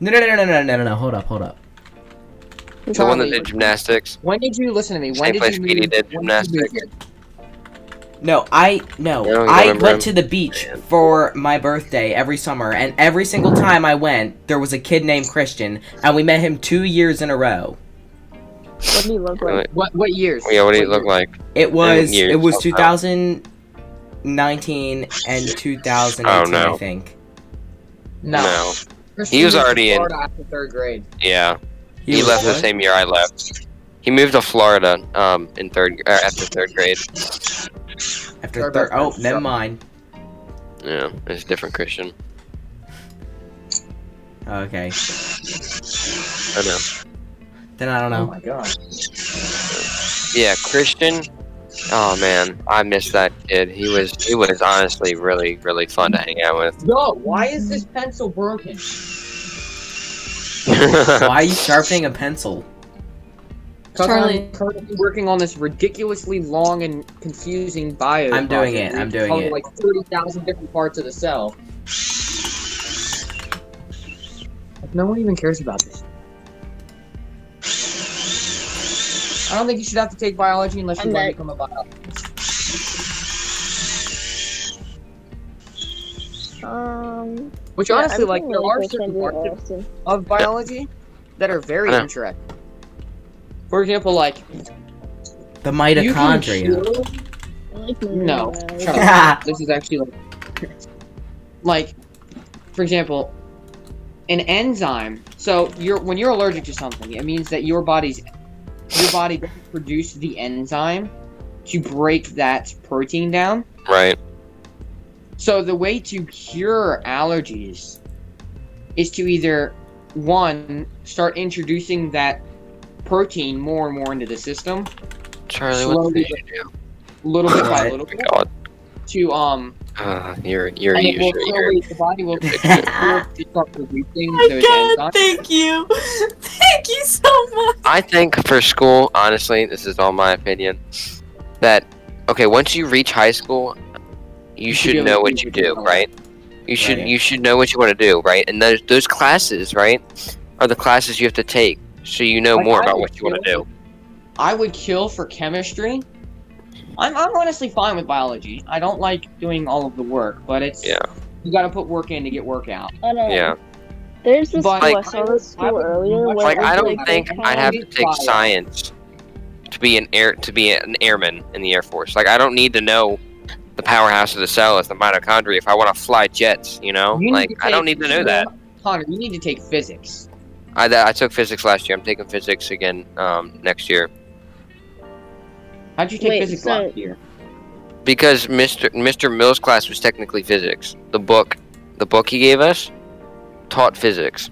[SPEAKER 2] No, no, no, no, no, no, no, no, no. Hold up, hold up.
[SPEAKER 4] The one that
[SPEAKER 3] Charlie,
[SPEAKER 4] did gymnastics.
[SPEAKER 3] When did you listen to me? When
[SPEAKER 4] Same
[SPEAKER 3] did
[SPEAKER 4] place
[SPEAKER 3] you
[SPEAKER 4] Petey
[SPEAKER 3] move-
[SPEAKER 4] did
[SPEAKER 3] when did you move here?
[SPEAKER 2] No, I no.
[SPEAKER 4] Yeah, I don't
[SPEAKER 2] I
[SPEAKER 4] remember
[SPEAKER 2] went
[SPEAKER 4] him.
[SPEAKER 2] to the beach
[SPEAKER 4] Man.
[SPEAKER 2] for my birthday every summer, and every single time I went, there was a kid named Christian, and we met him two years in a row.
[SPEAKER 7] What do you look like?
[SPEAKER 4] Really?
[SPEAKER 3] What what years?
[SPEAKER 4] Yeah, what do you look
[SPEAKER 3] years?
[SPEAKER 4] like?
[SPEAKER 2] It was
[SPEAKER 4] years,
[SPEAKER 2] it was
[SPEAKER 4] oh, wow.
[SPEAKER 2] 2019 and 2018,
[SPEAKER 4] Oh, no.
[SPEAKER 2] I think.
[SPEAKER 3] No.
[SPEAKER 4] No.
[SPEAKER 3] Christian
[SPEAKER 4] He was
[SPEAKER 3] moved to
[SPEAKER 4] already in-
[SPEAKER 3] Florida after third grade.
[SPEAKER 4] Yeah, he,
[SPEAKER 2] was
[SPEAKER 4] left the
[SPEAKER 2] what?
[SPEAKER 4] same year I left. He moved to Florida um in third uh, after third grade.
[SPEAKER 2] after
[SPEAKER 3] Sorry
[SPEAKER 2] third.
[SPEAKER 3] about
[SPEAKER 2] Oh,
[SPEAKER 3] that.
[SPEAKER 2] never mind.
[SPEAKER 4] Yeah, it's a different Christian.
[SPEAKER 2] Okay,
[SPEAKER 4] I know.
[SPEAKER 2] then I don't know.
[SPEAKER 3] Oh my god.
[SPEAKER 4] Yeah, Christian. Oh man, I miss that kid. He was he was honestly really really fun to hang out with.
[SPEAKER 3] Yo, why is this pencil broken?
[SPEAKER 2] Why are you sharpening a pencil?
[SPEAKER 3] Cause
[SPEAKER 5] Charlie.
[SPEAKER 3] I'm currently working on this ridiculously long and confusing bio.
[SPEAKER 2] I'm doing
[SPEAKER 3] project.
[SPEAKER 2] it, I'm
[SPEAKER 3] We
[SPEAKER 2] doing
[SPEAKER 3] cover,
[SPEAKER 2] it.
[SPEAKER 3] Like thirty thousand different parts of the cell. No one even cares about this. I don't think you should have to take biology unless you
[SPEAKER 7] I'm
[SPEAKER 3] want to
[SPEAKER 7] back.
[SPEAKER 3] become a biologist.
[SPEAKER 7] Um.
[SPEAKER 3] Which
[SPEAKER 7] yeah,
[SPEAKER 3] honestly,
[SPEAKER 7] I'm
[SPEAKER 3] like,
[SPEAKER 7] thinking
[SPEAKER 3] there are
[SPEAKER 7] Christian
[SPEAKER 3] certain parts of-
[SPEAKER 7] Austin.
[SPEAKER 3] of biology that are very
[SPEAKER 4] I know.
[SPEAKER 3] interesting. For example, like
[SPEAKER 2] The
[SPEAKER 3] you can
[SPEAKER 2] mitochondria.
[SPEAKER 3] cure-
[SPEAKER 7] I like
[SPEAKER 3] No.
[SPEAKER 7] Minerals.
[SPEAKER 3] Shut up. this is actually like, like, for example, an enzyme. So you're when you're allergic to something, it means that your body's your body doesn't produce the enzyme to break that protein down.
[SPEAKER 4] right.
[SPEAKER 3] So the way to cure allergies is to either one start introducing that protein more and more into the system,
[SPEAKER 4] Charlie, what
[SPEAKER 3] Slowly
[SPEAKER 4] did you do?
[SPEAKER 3] little bit by
[SPEAKER 2] Right.
[SPEAKER 3] little
[SPEAKER 4] Oh my
[SPEAKER 3] bit,
[SPEAKER 4] God.
[SPEAKER 3] to um
[SPEAKER 4] Uh, you're you're
[SPEAKER 3] And it will
[SPEAKER 4] usually you're
[SPEAKER 3] slowly, the body will start producing those
[SPEAKER 5] God,
[SPEAKER 3] enzymes.
[SPEAKER 5] thank you. thank you so much.
[SPEAKER 4] I think for school, honestly, this is all my opinion. That okay, once you reach high school, you,
[SPEAKER 3] should be
[SPEAKER 4] should
[SPEAKER 3] able
[SPEAKER 4] know
[SPEAKER 3] to
[SPEAKER 4] what
[SPEAKER 3] do
[SPEAKER 4] you
[SPEAKER 3] what you
[SPEAKER 4] do,
[SPEAKER 3] want.
[SPEAKER 4] right? You should
[SPEAKER 2] Right.
[SPEAKER 4] you should know what you want to do, right? And those those classes, right, are the classes you have to take, so you know
[SPEAKER 3] Like,
[SPEAKER 4] more
[SPEAKER 3] I
[SPEAKER 4] about
[SPEAKER 3] would
[SPEAKER 4] what you want to
[SPEAKER 3] feel-
[SPEAKER 4] do.
[SPEAKER 3] I would kill for chemistry. I'm, I'm honestly fine with biology. I don't like doing all of the work, but it's
[SPEAKER 4] Yeah.
[SPEAKER 3] you got to put work in to get work out.
[SPEAKER 7] I don't know.
[SPEAKER 4] Yeah.
[SPEAKER 7] There's this
[SPEAKER 3] But-
[SPEAKER 7] school. I
[SPEAKER 4] Like-
[SPEAKER 7] saw this
[SPEAKER 3] I
[SPEAKER 7] school
[SPEAKER 3] would
[SPEAKER 7] earlier.
[SPEAKER 3] much-
[SPEAKER 7] where
[SPEAKER 4] Like
[SPEAKER 7] it was,
[SPEAKER 4] I don't
[SPEAKER 7] like,
[SPEAKER 4] think
[SPEAKER 7] they
[SPEAKER 4] I'd have
[SPEAKER 7] had-
[SPEAKER 4] to take science to be an air to be an airman in the Air Force. Like I don't need to know the powerhouse of the cell is the mitochondria if I want to fly jets. You know,
[SPEAKER 3] You need
[SPEAKER 4] Oh, like
[SPEAKER 3] to
[SPEAKER 4] I don't
[SPEAKER 3] take-
[SPEAKER 4] need to know that.
[SPEAKER 3] Connor, you need to take physics.
[SPEAKER 4] I, that- I took physics last year. I'm taking physics again um, next year
[SPEAKER 3] How'd you take
[SPEAKER 7] Wait,
[SPEAKER 3] physics
[SPEAKER 7] so-
[SPEAKER 3] last year?
[SPEAKER 4] because Mr. Mr. Mills' class was technically physics. The book, the book he gave us, taught physics.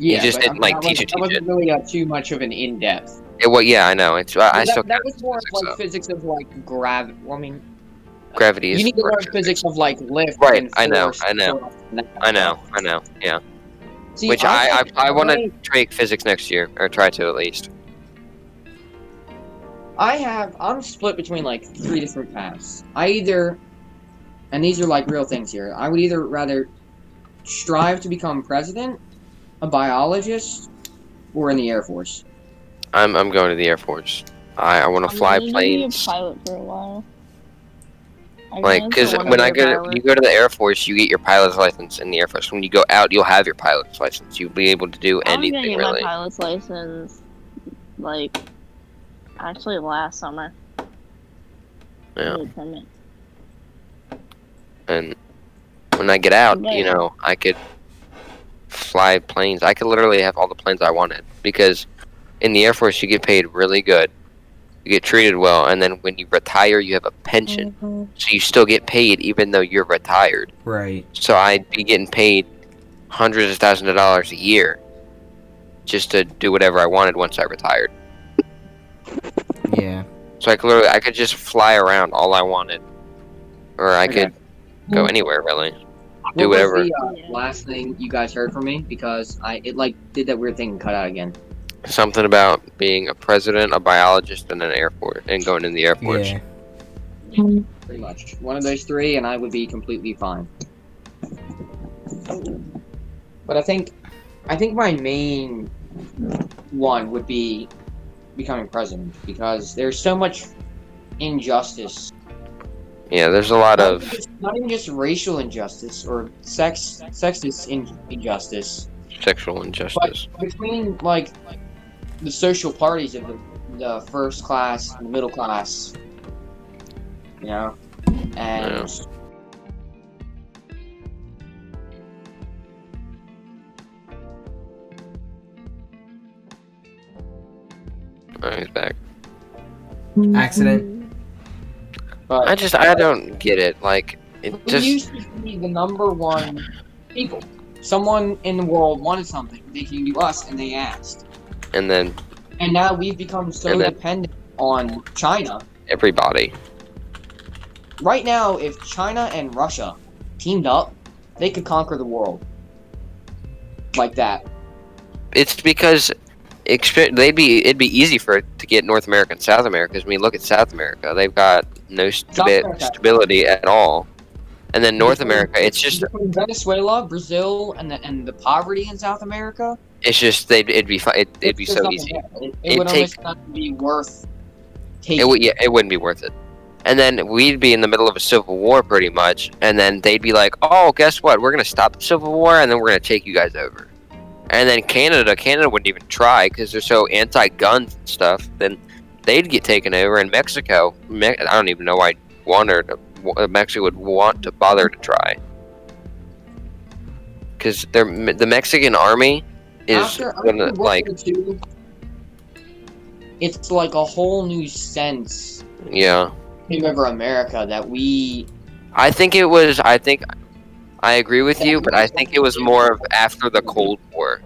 [SPEAKER 3] Yeah,
[SPEAKER 4] just
[SPEAKER 3] but,
[SPEAKER 4] didn't, like,
[SPEAKER 3] I
[SPEAKER 4] teach
[SPEAKER 3] wasn't-
[SPEAKER 4] you
[SPEAKER 3] I
[SPEAKER 4] teach
[SPEAKER 3] wasn't really uh, too much of an in depth.
[SPEAKER 4] It, well, yeah, I know. It's I, I
[SPEAKER 3] that,
[SPEAKER 4] still
[SPEAKER 3] that
[SPEAKER 4] count
[SPEAKER 3] was more of
[SPEAKER 4] physics,
[SPEAKER 3] like physics of like gravity. Well, I mean,
[SPEAKER 4] though. gravity is
[SPEAKER 3] you need to learn
[SPEAKER 4] correct.
[SPEAKER 3] physics of like lift.
[SPEAKER 4] Right,
[SPEAKER 3] and
[SPEAKER 4] I know,
[SPEAKER 3] force
[SPEAKER 4] I
[SPEAKER 3] and
[SPEAKER 4] know,
[SPEAKER 3] stuff like that.
[SPEAKER 4] I know. I know. Yeah.
[SPEAKER 3] See,
[SPEAKER 4] Which I
[SPEAKER 3] think
[SPEAKER 4] I, I want
[SPEAKER 3] I-
[SPEAKER 4] to take physics next year or try to at least.
[SPEAKER 3] I have. I'm split between like three different paths. I either, and these are like real things here. I would either rather strive to become president, a biologist, or in the Air Force.
[SPEAKER 4] I'm I'm going to the Air Force. I I want
[SPEAKER 7] I'm
[SPEAKER 4] to fly
[SPEAKER 7] gonna be a
[SPEAKER 4] planes.
[SPEAKER 7] pilot for a while. I
[SPEAKER 4] Like,
[SPEAKER 7] guess
[SPEAKER 4] cause
[SPEAKER 7] wanna
[SPEAKER 4] when
[SPEAKER 7] be
[SPEAKER 4] I
[SPEAKER 7] a
[SPEAKER 4] go,
[SPEAKER 7] pilot.
[SPEAKER 4] you go to the Air Force, you get your pilot's license in the Air Force. When you go out, you'll have your pilot's license. You'll be able to do
[SPEAKER 7] I'm gonna
[SPEAKER 4] anything
[SPEAKER 7] get
[SPEAKER 4] really.
[SPEAKER 7] my pilot's license like actually last summer.
[SPEAKER 4] Yeah.
[SPEAKER 7] Really permanent.
[SPEAKER 4] and when I get out, you
[SPEAKER 7] Yeah.
[SPEAKER 4] know, I could fly planes. I could literally have all the planes I wanted because in the Air Force you get paid really good, you get treated well, and then when you retire, you have a pension,
[SPEAKER 5] Mm.
[SPEAKER 4] so you still get paid even though you're retired.
[SPEAKER 2] Right.
[SPEAKER 4] So I'd be getting paid hundreds of thousands of dollars a year just to do whatever I wanted once I retired.
[SPEAKER 2] Yeah.
[SPEAKER 4] So I could literally, I could just fly around all I wanted, or I
[SPEAKER 3] Okay.
[SPEAKER 4] could go anywhere really.
[SPEAKER 3] What
[SPEAKER 4] Do
[SPEAKER 3] was
[SPEAKER 4] whatever.
[SPEAKER 3] the, uh, last thing you guys heard from me because I it like did that weird thing and cut out again.
[SPEAKER 4] something about being a president, a biologist, and an air force, and going in the air force.
[SPEAKER 2] Yeah.
[SPEAKER 3] Pretty much one of those three, and I would be completely fine. But I think, I think my main one would be becoming president because there's so much injustice
[SPEAKER 4] Yeah, there's a lot
[SPEAKER 3] not
[SPEAKER 4] of
[SPEAKER 3] even just- not even just racial injustice or sex sexist in- injustice
[SPEAKER 4] sexual injustice.
[SPEAKER 3] between like the social parties of the, the first class and the middle class you know and
[SPEAKER 4] Oh, he's back.
[SPEAKER 2] Accident.
[SPEAKER 3] but
[SPEAKER 4] I just I don't get it. Like it
[SPEAKER 3] we
[SPEAKER 4] just
[SPEAKER 3] used to be the number one people someone in the world wanted something they came to us and they asked
[SPEAKER 4] and then
[SPEAKER 3] and now we've become so
[SPEAKER 4] And then-
[SPEAKER 3] dependent on china
[SPEAKER 4] everybody.
[SPEAKER 3] Right now, if China and Russia teamed up, they could conquer the world. Like that.
[SPEAKER 4] It's because expe- they'd be it'd be easy for it to get North America and South America. 'cause I mean, look at South America. They've got no stabi-
[SPEAKER 3] America.
[SPEAKER 4] stability at all. And then North America, it's just
[SPEAKER 3] Between Venezuela, Brazil, and the, and the poverty in South America.
[SPEAKER 4] it's just they'd it'd be fi- it, it'd
[SPEAKER 3] it's
[SPEAKER 4] be
[SPEAKER 3] just
[SPEAKER 4] so
[SPEAKER 3] nothing
[SPEAKER 4] easy.
[SPEAKER 3] there. It, it
[SPEAKER 4] It'd
[SPEAKER 3] would
[SPEAKER 4] take-
[SPEAKER 3] almost not be worth taking.
[SPEAKER 4] It would, yeah, it wouldn't be worth it. And then we'd be in the middle of a civil war, pretty much. And then they'd be like, "Oh, guess what? We're gonna stop the civil war, and then we're gonna take you guys over." And then Canada, Canada wouldn't even try because they're so anti-gun and stuff. Then they'd get taken over, and Mexico, Me- I don't even know why Wonder uh, Mexico would want to bother to try because they're the Mexican army is
[SPEAKER 3] After- after
[SPEAKER 4] gonna
[SPEAKER 3] World
[SPEAKER 4] like
[SPEAKER 3] War II, it's like a whole new sense
[SPEAKER 4] yeah. Mm-hmm.
[SPEAKER 3] came over America that we.
[SPEAKER 4] I think it was. I think I agree with you, but I think it was more of after the Cold War.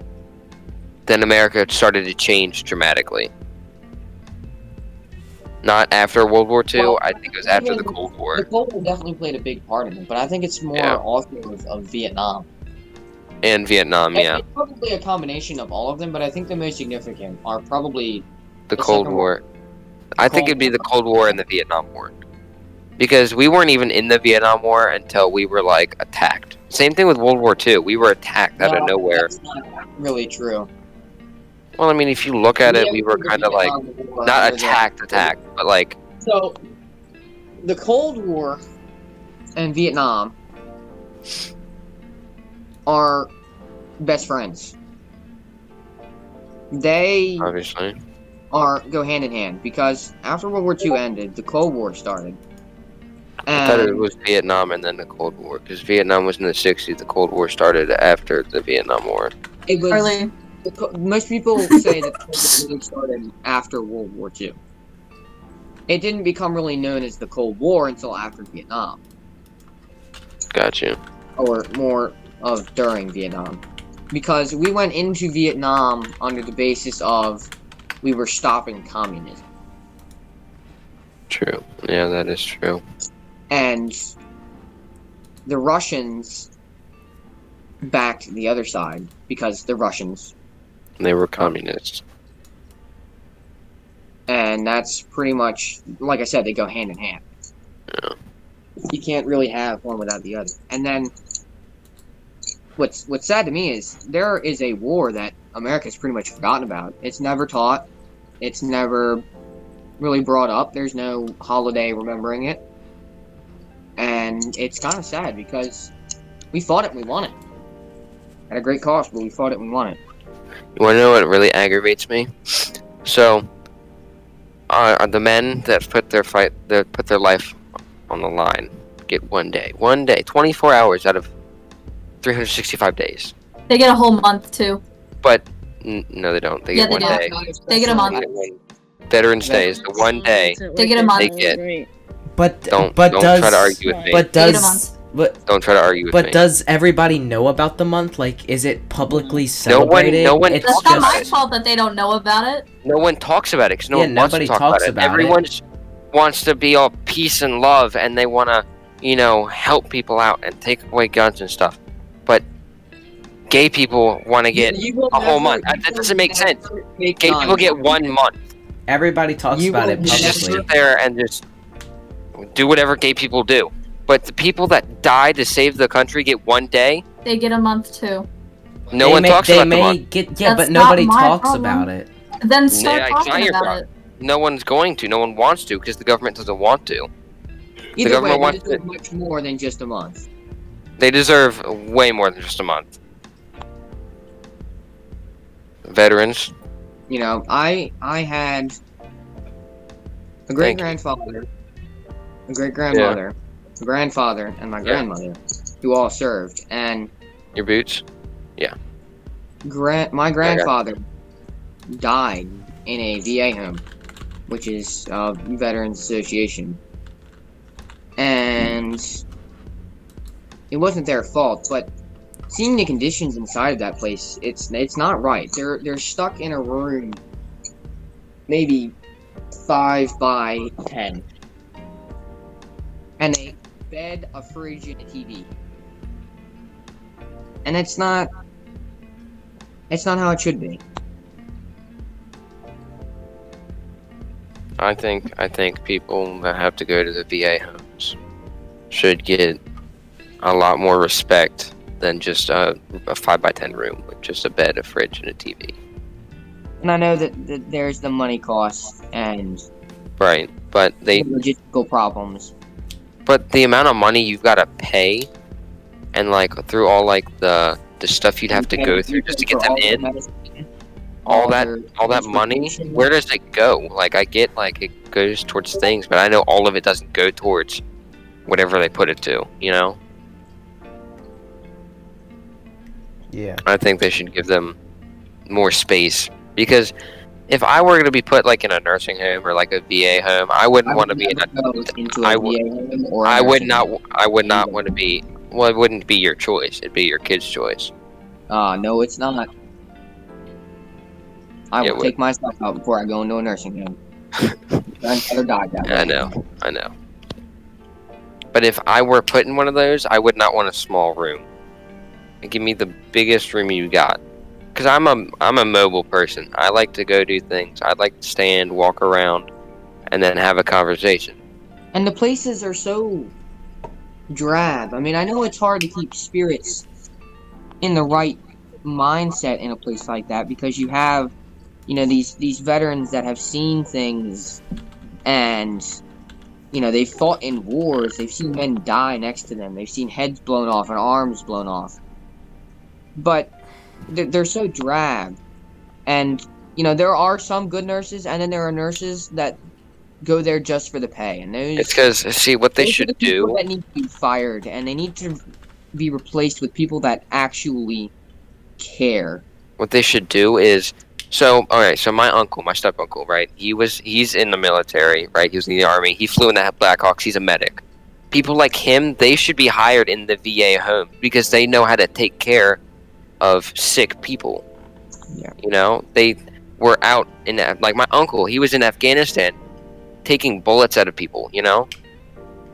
[SPEAKER 4] Then America started to change dramatically. Not after World War II. I think it was after the Cold
[SPEAKER 3] The
[SPEAKER 4] War.
[SPEAKER 3] Cold War definitely played a big part in it, but I think it's more
[SPEAKER 4] Yeah.
[SPEAKER 3] also of, of Vietnam.
[SPEAKER 4] And Vietnam,
[SPEAKER 3] I-
[SPEAKER 4] yeah.
[SPEAKER 3] It's probably a combination of all of them, but I think the most significant are probably
[SPEAKER 4] The Cold War. I think it'd be the Cold War and the Vietnam War. Because we weren't even in the Vietnam War until we were, like, attacked. Same thing with World War II. We were attacked out
[SPEAKER 3] No,
[SPEAKER 4] of nowhere.
[SPEAKER 3] That's not really true.
[SPEAKER 4] Well, I mean, if you look at it, we were
[SPEAKER 3] the
[SPEAKER 4] kind of, like,
[SPEAKER 3] Vietnam War
[SPEAKER 4] not
[SPEAKER 3] was a-
[SPEAKER 4] attacked, attacked, but, like,
[SPEAKER 3] So, the Cold War and Vietnam are best friends. They
[SPEAKER 4] obviously.
[SPEAKER 3] are go hand in hand because after World War II ended, the Cold War started.
[SPEAKER 4] I thought it
[SPEAKER 3] And-
[SPEAKER 4] was Vietnam and then the Cold War because Vietnam was in the 60s. The Cold War started after the Vietnam War.
[SPEAKER 3] It was
[SPEAKER 5] Early.
[SPEAKER 3] the co- most people say that it really started after World War II. It didn't become really known as the Cold War until after Vietnam,
[SPEAKER 4] Got you.
[SPEAKER 3] or more of during Vietnam, because we went into Vietnam under the basis of we were stopping communism,
[SPEAKER 4] True. Yeah, that is true.
[SPEAKER 3] and the Russians backed the other side because the Russians,
[SPEAKER 4] They were communists.
[SPEAKER 3] and that's pretty much like I said, they go hand in hand. you can't really have one without the other. And then what's what's sad to me is there is a war that America's pretty much forgotten about. It's never taught. It's never really brought up. There's no holiday remembering it. And it's kind of sad because we fought it and we won it. At a great cost, but we fought it and we won it.
[SPEAKER 4] You want to know what really aggravates me? So, uh, are the men that put their fight, that put their life on the line, get one day, one day, 24 hours out of 365 days.
[SPEAKER 5] They get a whole month too.
[SPEAKER 4] But n- no, they don't. They
[SPEAKER 5] Yeah,
[SPEAKER 4] get
[SPEAKER 5] they
[SPEAKER 4] one
[SPEAKER 5] do.
[SPEAKER 4] day.
[SPEAKER 5] They get a month.
[SPEAKER 4] They get one- Veterans Day is the one day.
[SPEAKER 5] They get a month.
[SPEAKER 4] They get-
[SPEAKER 7] Right.
[SPEAKER 2] But
[SPEAKER 4] Don't
[SPEAKER 2] but
[SPEAKER 4] don't
[SPEAKER 2] does
[SPEAKER 4] try to argue with me.
[SPEAKER 2] but
[SPEAKER 5] They get a
[SPEAKER 2] does but
[SPEAKER 4] don't try to argue with
[SPEAKER 2] but
[SPEAKER 4] me.
[SPEAKER 2] does everybody know about the month? Like, is it publicly
[SPEAKER 4] No one-
[SPEAKER 2] celebrated?
[SPEAKER 4] no one
[SPEAKER 2] It's
[SPEAKER 5] That's
[SPEAKER 4] talks
[SPEAKER 5] not
[SPEAKER 2] just-
[SPEAKER 5] my fault that they don't know about it.
[SPEAKER 4] no one talks about it because no
[SPEAKER 2] Yeah,
[SPEAKER 4] one wants
[SPEAKER 2] nobody
[SPEAKER 4] to talk about
[SPEAKER 2] talks
[SPEAKER 4] it.
[SPEAKER 2] about it.
[SPEAKER 4] Everyone just wants to be all peace and love, and they want to, you know, help people out and take away guns and stuff. But gay people want to get.
[SPEAKER 3] You will
[SPEAKER 4] a whole
[SPEAKER 3] never-
[SPEAKER 4] month.
[SPEAKER 3] you
[SPEAKER 4] Uh, that
[SPEAKER 3] will
[SPEAKER 4] doesn't make
[SPEAKER 3] never
[SPEAKER 4] sense.
[SPEAKER 3] make
[SPEAKER 4] Gay people
[SPEAKER 3] guns.
[SPEAKER 4] get one month.
[SPEAKER 2] Everybody talks
[SPEAKER 3] You
[SPEAKER 2] about
[SPEAKER 3] will
[SPEAKER 2] it
[SPEAKER 4] You just
[SPEAKER 2] publicly.
[SPEAKER 4] sit there and just do whatever gay people do. But the people that die to save the country get one day.
[SPEAKER 5] They get a month too.
[SPEAKER 4] No
[SPEAKER 2] They
[SPEAKER 4] one
[SPEAKER 2] may,
[SPEAKER 4] talks
[SPEAKER 2] they
[SPEAKER 4] about the
[SPEAKER 2] may
[SPEAKER 4] month.
[SPEAKER 2] Get, yeah,
[SPEAKER 5] That's
[SPEAKER 2] but nobody
[SPEAKER 5] not my
[SPEAKER 2] talks
[SPEAKER 5] problem.
[SPEAKER 2] about it.
[SPEAKER 5] Then start
[SPEAKER 4] Yeah, it's not
[SPEAKER 5] talking
[SPEAKER 4] your
[SPEAKER 5] about
[SPEAKER 4] problem.
[SPEAKER 5] it.
[SPEAKER 4] No one's going to. No one wants to because the government doesn't want to.
[SPEAKER 3] Either
[SPEAKER 4] government
[SPEAKER 3] way,
[SPEAKER 4] wants
[SPEAKER 3] they deserve much more than just a month.
[SPEAKER 4] They deserve way more than just a month. Veterans.
[SPEAKER 3] You know, I I had a great grandfather, a great grandmother, a grandfather, and my grandmother, who all served, and
[SPEAKER 4] Your boots.
[SPEAKER 3] Gran-
[SPEAKER 4] got
[SPEAKER 3] my
[SPEAKER 4] it.
[SPEAKER 3] grandfather died in a VA home, which is uh, Veterans Association, and it wasn't their fault. But seeing the conditions inside of that place, it's it's not right. They're they're stuck in a room, maybe five by ten, and a bed, a fridge, and a TV, and it's not. It's not how it should be.
[SPEAKER 4] I think I think people that have to go to the VA homes should get a lot more respect than just a, a five by ten room with just a bed, a fridge, and a TV.
[SPEAKER 3] And I know that, that there's the money cost and
[SPEAKER 4] Right, but they
[SPEAKER 3] the logistical problems.
[SPEAKER 4] but the amount of money you've got to pay, and like through all like the the stuff you'd have to
[SPEAKER 3] And
[SPEAKER 4] go through just to get
[SPEAKER 3] for
[SPEAKER 4] them
[SPEAKER 3] all their
[SPEAKER 4] in,
[SPEAKER 3] medicine,
[SPEAKER 4] all that-
[SPEAKER 3] their
[SPEAKER 4] all that money,
[SPEAKER 3] transportation.
[SPEAKER 4] where does it go? Like I get like it goes towards things, but I know all of it doesn't go towards whatever they put it to. You know,
[SPEAKER 2] Yeah.
[SPEAKER 4] I think they should give them more space because if I were to be put like in a nursing home or like a VA home, I wouldn't
[SPEAKER 3] I
[SPEAKER 4] want to
[SPEAKER 3] would
[SPEAKER 4] be in a
[SPEAKER 3] never go into
[SPEAKER 4] I
[SPEAKER 3] a
[SPEAKER 4] would-
[SPEAKER 3] VA home or a
[SPEAKER 4] I would
[SPEAKER 3] nursing
[SPEAKER 4] not.
[SPEAKER 3] home.
[SPEAKER 4] I would not want to be. Well, it wouldn't be your choice. It'd be your kid's choice.
[SPEAKER 3] Ah, no, it's not. I
[SPEAKER 4] Yeah,
[SPEAKER 3] will
[SPEAKER 4] it
[SPEAKER 3] take myself out before I go into a nursing home. Grandfather died that
[SPEAKER 4] I
[SPEAKER 3] way.
[SPEAKER 4] know. I know. But if I were put in one of those, I would not want a small room. Give me the biggest room you got, because I'm a I'm a mobile person. I like to go do things. I like to stand, walk around, and then have a conversation.
[SPEAKER 3] And the places are so drab. I mean, I know it's hard to keep spirits in the right mindset in a place like that because you have, you know, these these veterans that have seen things and you know, they've fought in wars, they've seen men die next to them, they've seen heads blown off and arms blown off. But they're, they're so drab. And you know, there are some good nurses and then there are nurses that go there just for the pay. And those
[SPEAKER 4] It's because see what they
[SPEAKER 3] those are
[SPEAKER 4] should
[SPEAKER 3] the people
[SPEAKER 4] do.
[SPEAKER 3] That need to be fired, and they need to be replaced with people that actually care.
[SPEAKER 4] what they should do is so all right so my uncle my step uncle right he was he's in the military right he was in the army he flew in the blackhawks he's a medic people like him they should be hired in the va home because they know how to take care of sick people
[SPEAKER 3] Yeah.
[SPEAKER 4] you know they were out in Af- like my uncle he was in afghanistan taking bullets out of people you know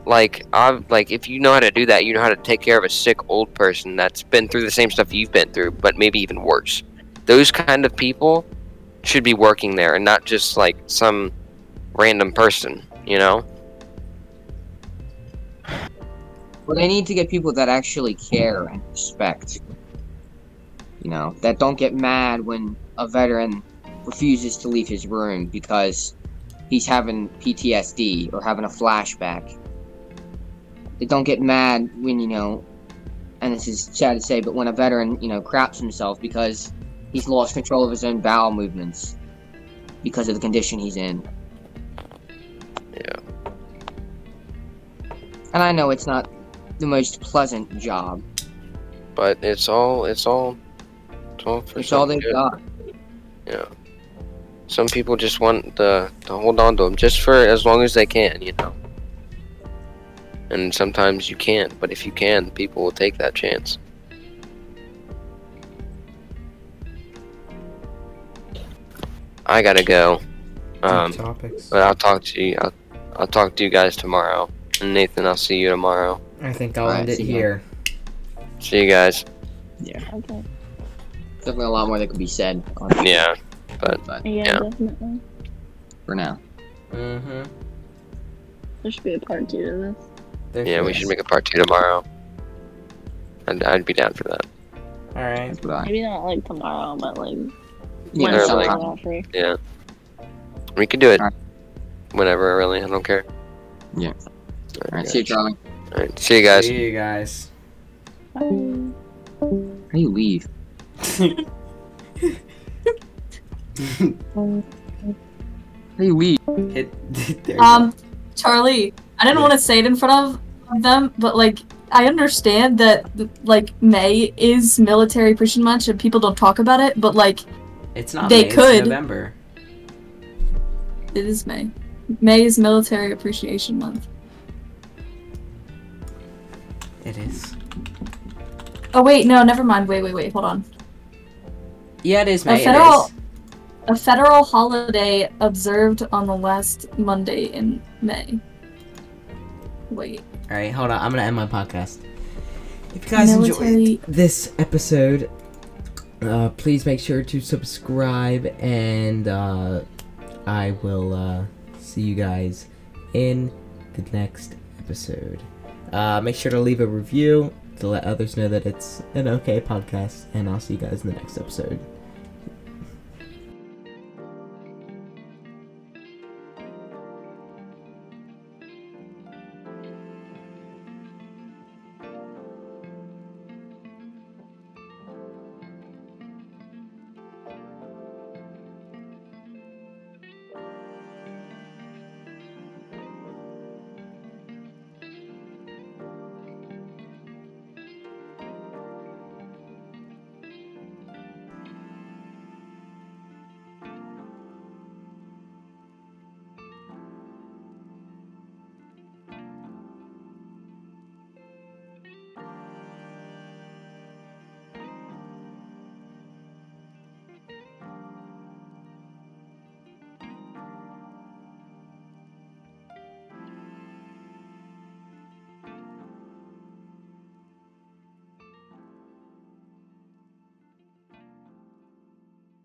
[SPEAKER 4] like i've like if you know how to do that you know how to take care of a sick old person that's been through the same stuff you've been through but maybe even worse those kind of people should be working there and not just like some random person, you know?
[SPEAKER 3] But they need to get people that actually care and respect. You know, that don't get mad when a veteran refuses to leave his room because he's having PTSD or having a flashback. They don't get mad when, you know, and this is sad to say, but when a veteran, you know, craps himself because he's lost control of his own bowel movements. because of the condition he's in.
[SPEAKER 4] Yeah.
[SPEAKER 3] And I know it's not the most pleasant job.
[SPEAKER 4] But it's all it's all it's all for
[SPEAKER 3] it's all
[SPEAKER 4] some
[SPEAKER 3] they've
[SPEAKER 4] good.
[SPEAKER 3] got.
[SPEAKER 4] Some people just want the to hold on to them just for as long as they can, you know. And sometimes you can't, but if you can, people will take that chance. I gotta go. Um,
[SPEAKER 2] topics.
[SPEAKER 4] But I'll talk to you. I'll, I'll talk to you guys tomorrow. And Nathan, I'll see you tomorrow.
[SPEAKER 2] I think I'll
[SPEAKER 3] Alright,
[SPEAKER 2] end it
[SPEAKER 3] see ya.
[SPEAKER 2] here.
[SPEAKER 4] See you guys.
[SPEAKER 7] Okay.
[SPEAKER 3] Definitely a lot more that could be said on
[SPEAKER 4] Yeah.
[SPEAKER 3] but
[SPEAKER 7] Yeah,
[SPEAKER 4] Yeah.
[SPEAKER 7] definitely.
[SPEAKER 3] for now.
[SPEAKER 2] Mm-hmm.
[SPEAKER 7] There should be a part two to this.
[SPEAKER 4] Yeah, we should make a part two tomorrow. I'd, I'd be down for that.
[SPEAKER 2] All right.
[SPEAKER 3] That's what I
[SPEAKER 7] Maybe not like tomorrow, but like
[SPEAKER 3] yeah,
[SPEAKER 4] or
[SPEAKER 7] when
[SPEAKER 4] like-
[SPEAKER 7] someone
[SPEAKER 3] sometime.
[SPEAKER 7] all free.
[SPEAKER 4] We could do it
[SPEAKER 3] Alright.
[SPEAKER 4] whenever, really. I don't care.
[SPEAKER 3] Yeah. Alright,
[SPEAKER 4] Alright,
[SPEAKER 3] see you, Charlie.
[SPEAKER 4] Alright, see you guys.
[SPEAKER 2] See you guys.
[SPEAKER 7] Bye.
[SPEAKER 3] How do you leave? How do you leave?
[SPEAKER 2] Hit, there you
[SPEAKER 5] Um, Charlie, I didn't want to say it in front of them, but like, I understand that like May is military pretty much, and people don't talk about it, but like,
[SPEAKER 2] go. it's not
[SPEAKER 5] they
[SPEAKER 2] May,
[SPEAKER 5] could.
[SPEAKER 2] It's November.
[SPEAKER 5] it is May. May is Military Appreciation Month.
[SPEAKER 2] It is.
[SPEAKER 5] Oh wait, no, never mind. Wait, wait, wait. Hold on.
[SPEAKER 2] Yeah, it is
[SPEAKER 5] A
[SPEAKER 2] May. It
[SPEAKER 5] federal-
[SPEAKER 2] is.
[SPEAKER 5] A federal holiday observed on the last Monday in May. Wait.
[SPEAKER 2] All right, hold on. I'm gonna end my podcast. If you guys
[SPEAKER 5] Military-
[SPEAKER 2] enjoyed this episode, uh, please make sure to subscribe, and uh, I will uh, see you guys in the next episode. Uh, make sure to leave a review to let others know that it's an okay podcast, and I'll see you guys in the next episode.